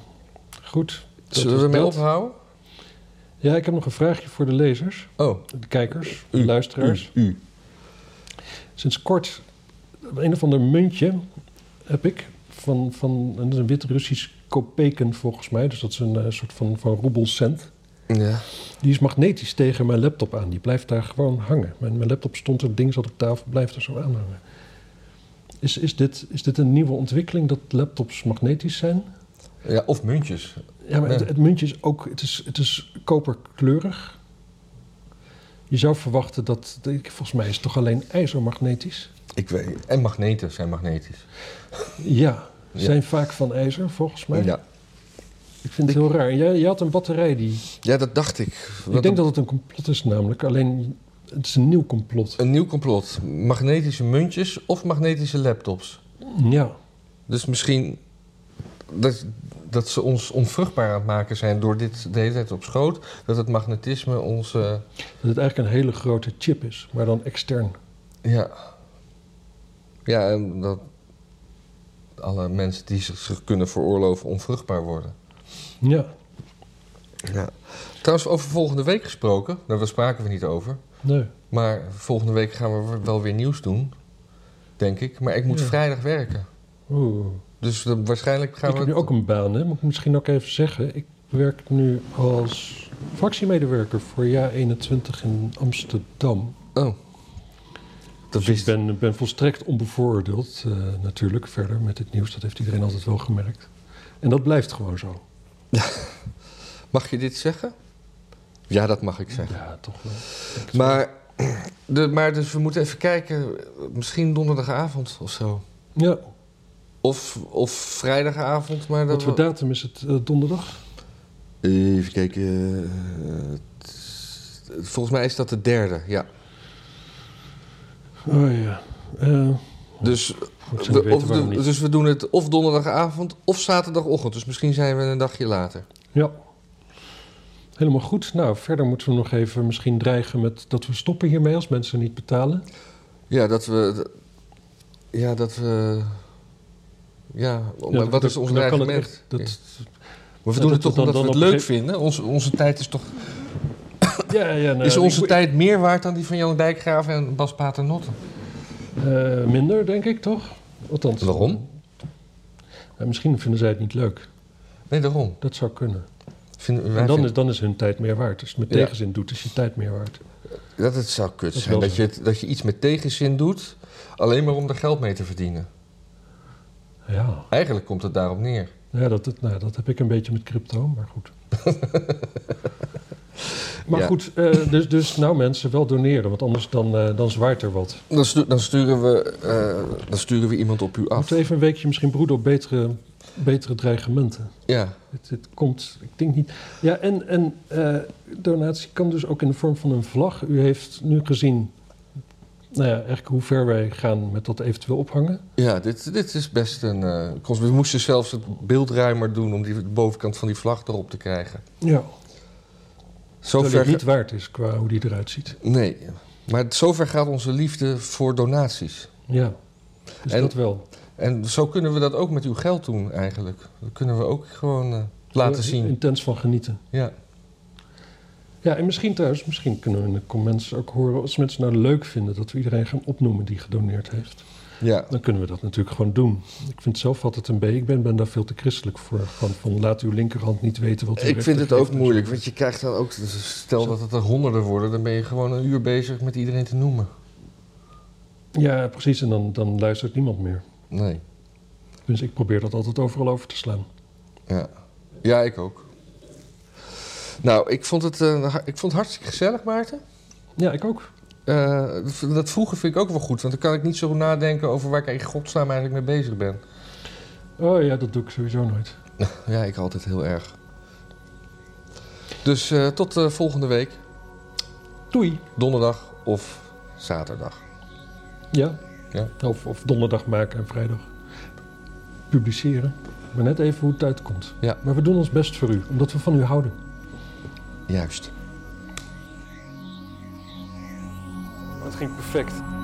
S1: goed. Dat
S2: Zullen
S1: is
S2: we ermee
S1: dat.
S2: ophouden?
S1: Ja, ik heb nog een vraagje voor de lezers,
S2: Oh,
S1: de kijkers,
S2: U,
S1: de luisteraars.
S2: u.
S1: Sinds kort een of ander muntje heb ik van, van dat is een Wit-Russisch kopeken volgens mij. Dus dat is een eh, soort van, van roebelcent.
S2: Ja.
S1: Die is magnetisch tegen mijn laptop aan. Die blijft daar gewoon hangen. Mijn, mijn laptop stond er, het ding zat op tafel, blijft er zo aan hangen. Is, is, dit, is dit een nieuwe ontwikkeling dat laptops magnetisch zijn?
S2: ja, of muntjes.
S1: Ja, maar het,
S2: Nee.
S1: het muntje is ook, het is, het is koperkleurig. Je zou verwachten dat, volgens mij is het toch alleen ijzermagnetisch?
S2: Ik weet. En magneten zijn magnetisch.
S1: Ja,
S2: Ja.
S1: zijn vaak van ijzer, volgens mij.
S2: Ja.
S1: Ik vind het heel raar. Jij, jij had een batterij die...
S2: ja, dat dacht ik.
S1: ik denk dat het een complot is namelijk. Alleen, het is een nieuw complot.
S2: Een nieuw complot. Magnetische muntjes of magnetische laptops.
S1: Ja,
S2: Dus misschien dat, dat ze ons onvruchtbaar aan het maken zijn door dit de hele tijd op schoot. Dat het magnetisme ons... eh,
S1: dat het eigenlijk een hele grote chip is. Maar dan extern.
S2: ja. Ja, en dat alle mensen die zich- zich kunnen veroorloven onvruchtbaar worden.
S1: Ja,
S2: Ja. Trouwens, over volgende week gesproken, nou, daar spraken we niet over.
S1: nee.
S2: Maar volgende week gaan we wel weer nieuws doen, denk ik. Maar ik moet
S1: Ja.
S2: vrijdag werken.
S1: Oeh.
S2: Dus eh, waarschijnlijk gaan
S1: Ik
S2: we.
S1: heb nu ook een baan, hè. Moet ik misschien ook even zeggen. Ik werk nu als fractiemedewerker voor jaar 21 in Amsterdam.
S2: Oh. Dat
S1: Dus ik
S2: wist ik.
S1: ben, ben volstrekt onbevooroordeeld, eh, natuurlijk, verder met dit nieuws. Dat heeft iedereen altijd wel gemerkt. En dat blijft gewoon zo.
S2: Mag je dit zeggen? Ja, dat mag ik zeggen.
S1: Ja, toch wel.
S2: Maar, de, maar dus we moeten even kijken. Misschien donderdagavond of zo.
S1: Ja,
S2: Of, of vrijdagavond, maar dat
S1: wat voor
S2: we-
S1: datum is het? Eh, donderdag?
S2: Even kijken. eh, t- Volgens mij is dat de derde, ja.
S1: Oh ja. Eh,
S2: Dus
S1: goed, zo
S2: We-
S1: weten
S2: of
S1: we
S2: de-
S1: nog niet.
S2: dus we doen het of donderdagavond of zaterdagochtend. Dus misschien zijn we een dagje later.
S1: Ja. Helemaal goed. Nou, verder moeten we nog even misschien dreigen met dat we stoppen hiermee als mensen niet betalen.
S2: Oh, Ja, dat we. d- Ja, dat we. Ja, maar
S1: Ja, dat-
S2: wat
S1: dat-
S2: is ons
S1: dan kan het
S2: dreigement?
S1: echt- dat-
S2: Maar we
S1: Ja,
S2: doen
S1: dat-
S2: het toch
S1: dan-
S2: omdat
S1: dan
S2: we het
S1: op een
S2: leuk
S1: gege-
S2: vinden. Onze, onze tijd is toch.
S1: Ja, ja. nou,
S2: is onze
S1: ik-
S2: tijd meer waard dan die van Jan Dijkgraaf en Bas Paternotte?
S1: eh, minder, denk ik, toch? Althans.
S2: Waarom?
S1: Eh, misschien vinden zij het niet leuk.
S2: Nee, daarom.
S1: Dat zou kunnen.
S2: Vinden, wij
S1: En dan
S2: vinden
S1: is, dan is hun tijd meer waard. Als je het met
S2: Ja.
S1: tegenzin doet, is je tijd meer waard.
S2: dat het zou kut
S1: is
S2: zijn.
S1: wel
S2: Dat je, het- dat je iets met tegenzin doet, alleen maar om er geld mee te verdienen.
S1: Ja.
S2: Eigenlijk komt het daarop neer.
S1: Ja, dat, dat, nou, dat heb ik een beetje met crypto, maar goed. maar
S2: Ja.
S1: goed, eh, dus, dus nou mensen, wel doneren, want anders dan, eh, dan zwaait er wat.
S2: Dan, stu- dan, sturen we, eh, dan sturen we iemand op u
S1: We
S2: af.
S1: moeten even een weekje misschien broeden op betere betere dreigementen.
S2: Ja,
S1: Het, het komt, ik denk niet. Ja, en, en eh, donatie kan dus ook in de vorm van een vlag. U heeft nu gezien, nou ja, eigenlijk hoe ver wij gaan met dat eventueel ophangen.
S2: ja dit, dit is best een... eh kost, we moesten zelfs het beeldruimer doen om die, de bovenkant van die vlag erop te krijgen.
S1: Ja,
S2: Zo
S1: terwijl
S2: ver,
S1: het niet waard is qua hoe die eruit ziet.
S2: Nee, maar zover gaat onze liefde voor donaties.
S1: Ja, dus
S2: En-
S1: dat wel.
S2: En zo kunnen we dat ook met uw geld doen eigenlijk. Dat kunnen we ook gewoon eh, laten
S1: Eh,
S2: zien.
S1: Intens van genieten.
S2: Ja.
S1: Ja, en misschien trouwens, misschien kunnen we in de comments ook horen... als mensen nou leuk vinden dat we iedereen gaan opnoemen die gedoneerd heeft.
S2: Ja.
S1: Dan kunnen we dat natuurlijk gewoon doen. Ik vind zelf altijd een beetje, ik ben, ben daar veel te christelijk voor. Van, van laat uw linkerhand niet weten wat uw
S2: Ik vind het
S1: rechtergeeft
S2: ook
S1: en zo.
S2: moeilijk, want je krijgt dan ook... dus Stel dat het er honderden worden, dan ben je gewoon een uur bezig met iedereen te noemen.
S1: Ja, precies. En dan, dan luistert niemand meer.
S2: Nee.
S1: Dus ik probeer dat altijd overal over te slaan.
S2: Ja, ja ik ook. Nou, ik vond, het, eh, ha- ik vond het hartstikke gezellig, Maarten.
S1: Ja, ik ook.
S2: Eh, v- dat vroeger vind ik ook wel goed, want dan kan ik niet zo nadenken over waar ik in godsnaam eigenlijk mee bezig ben.
S1: Oh ja, dat doe ik sowieso nooit.
S2: Ja, ik altijd heel erg. Dus eh, tot eh, volgende week,
S1: Doei.
S2: donderdag of zaterdag.
S1: Ja.
S2: Ja.
S1: Of, of donderdag maken en vrijdag publiceren. Maar net even hoe het uitkomt.
S2: Ja.
S1: Maar we doen ons best voor u, omdat we van u houden.
S2: Juist.
S1: Het ging perfect.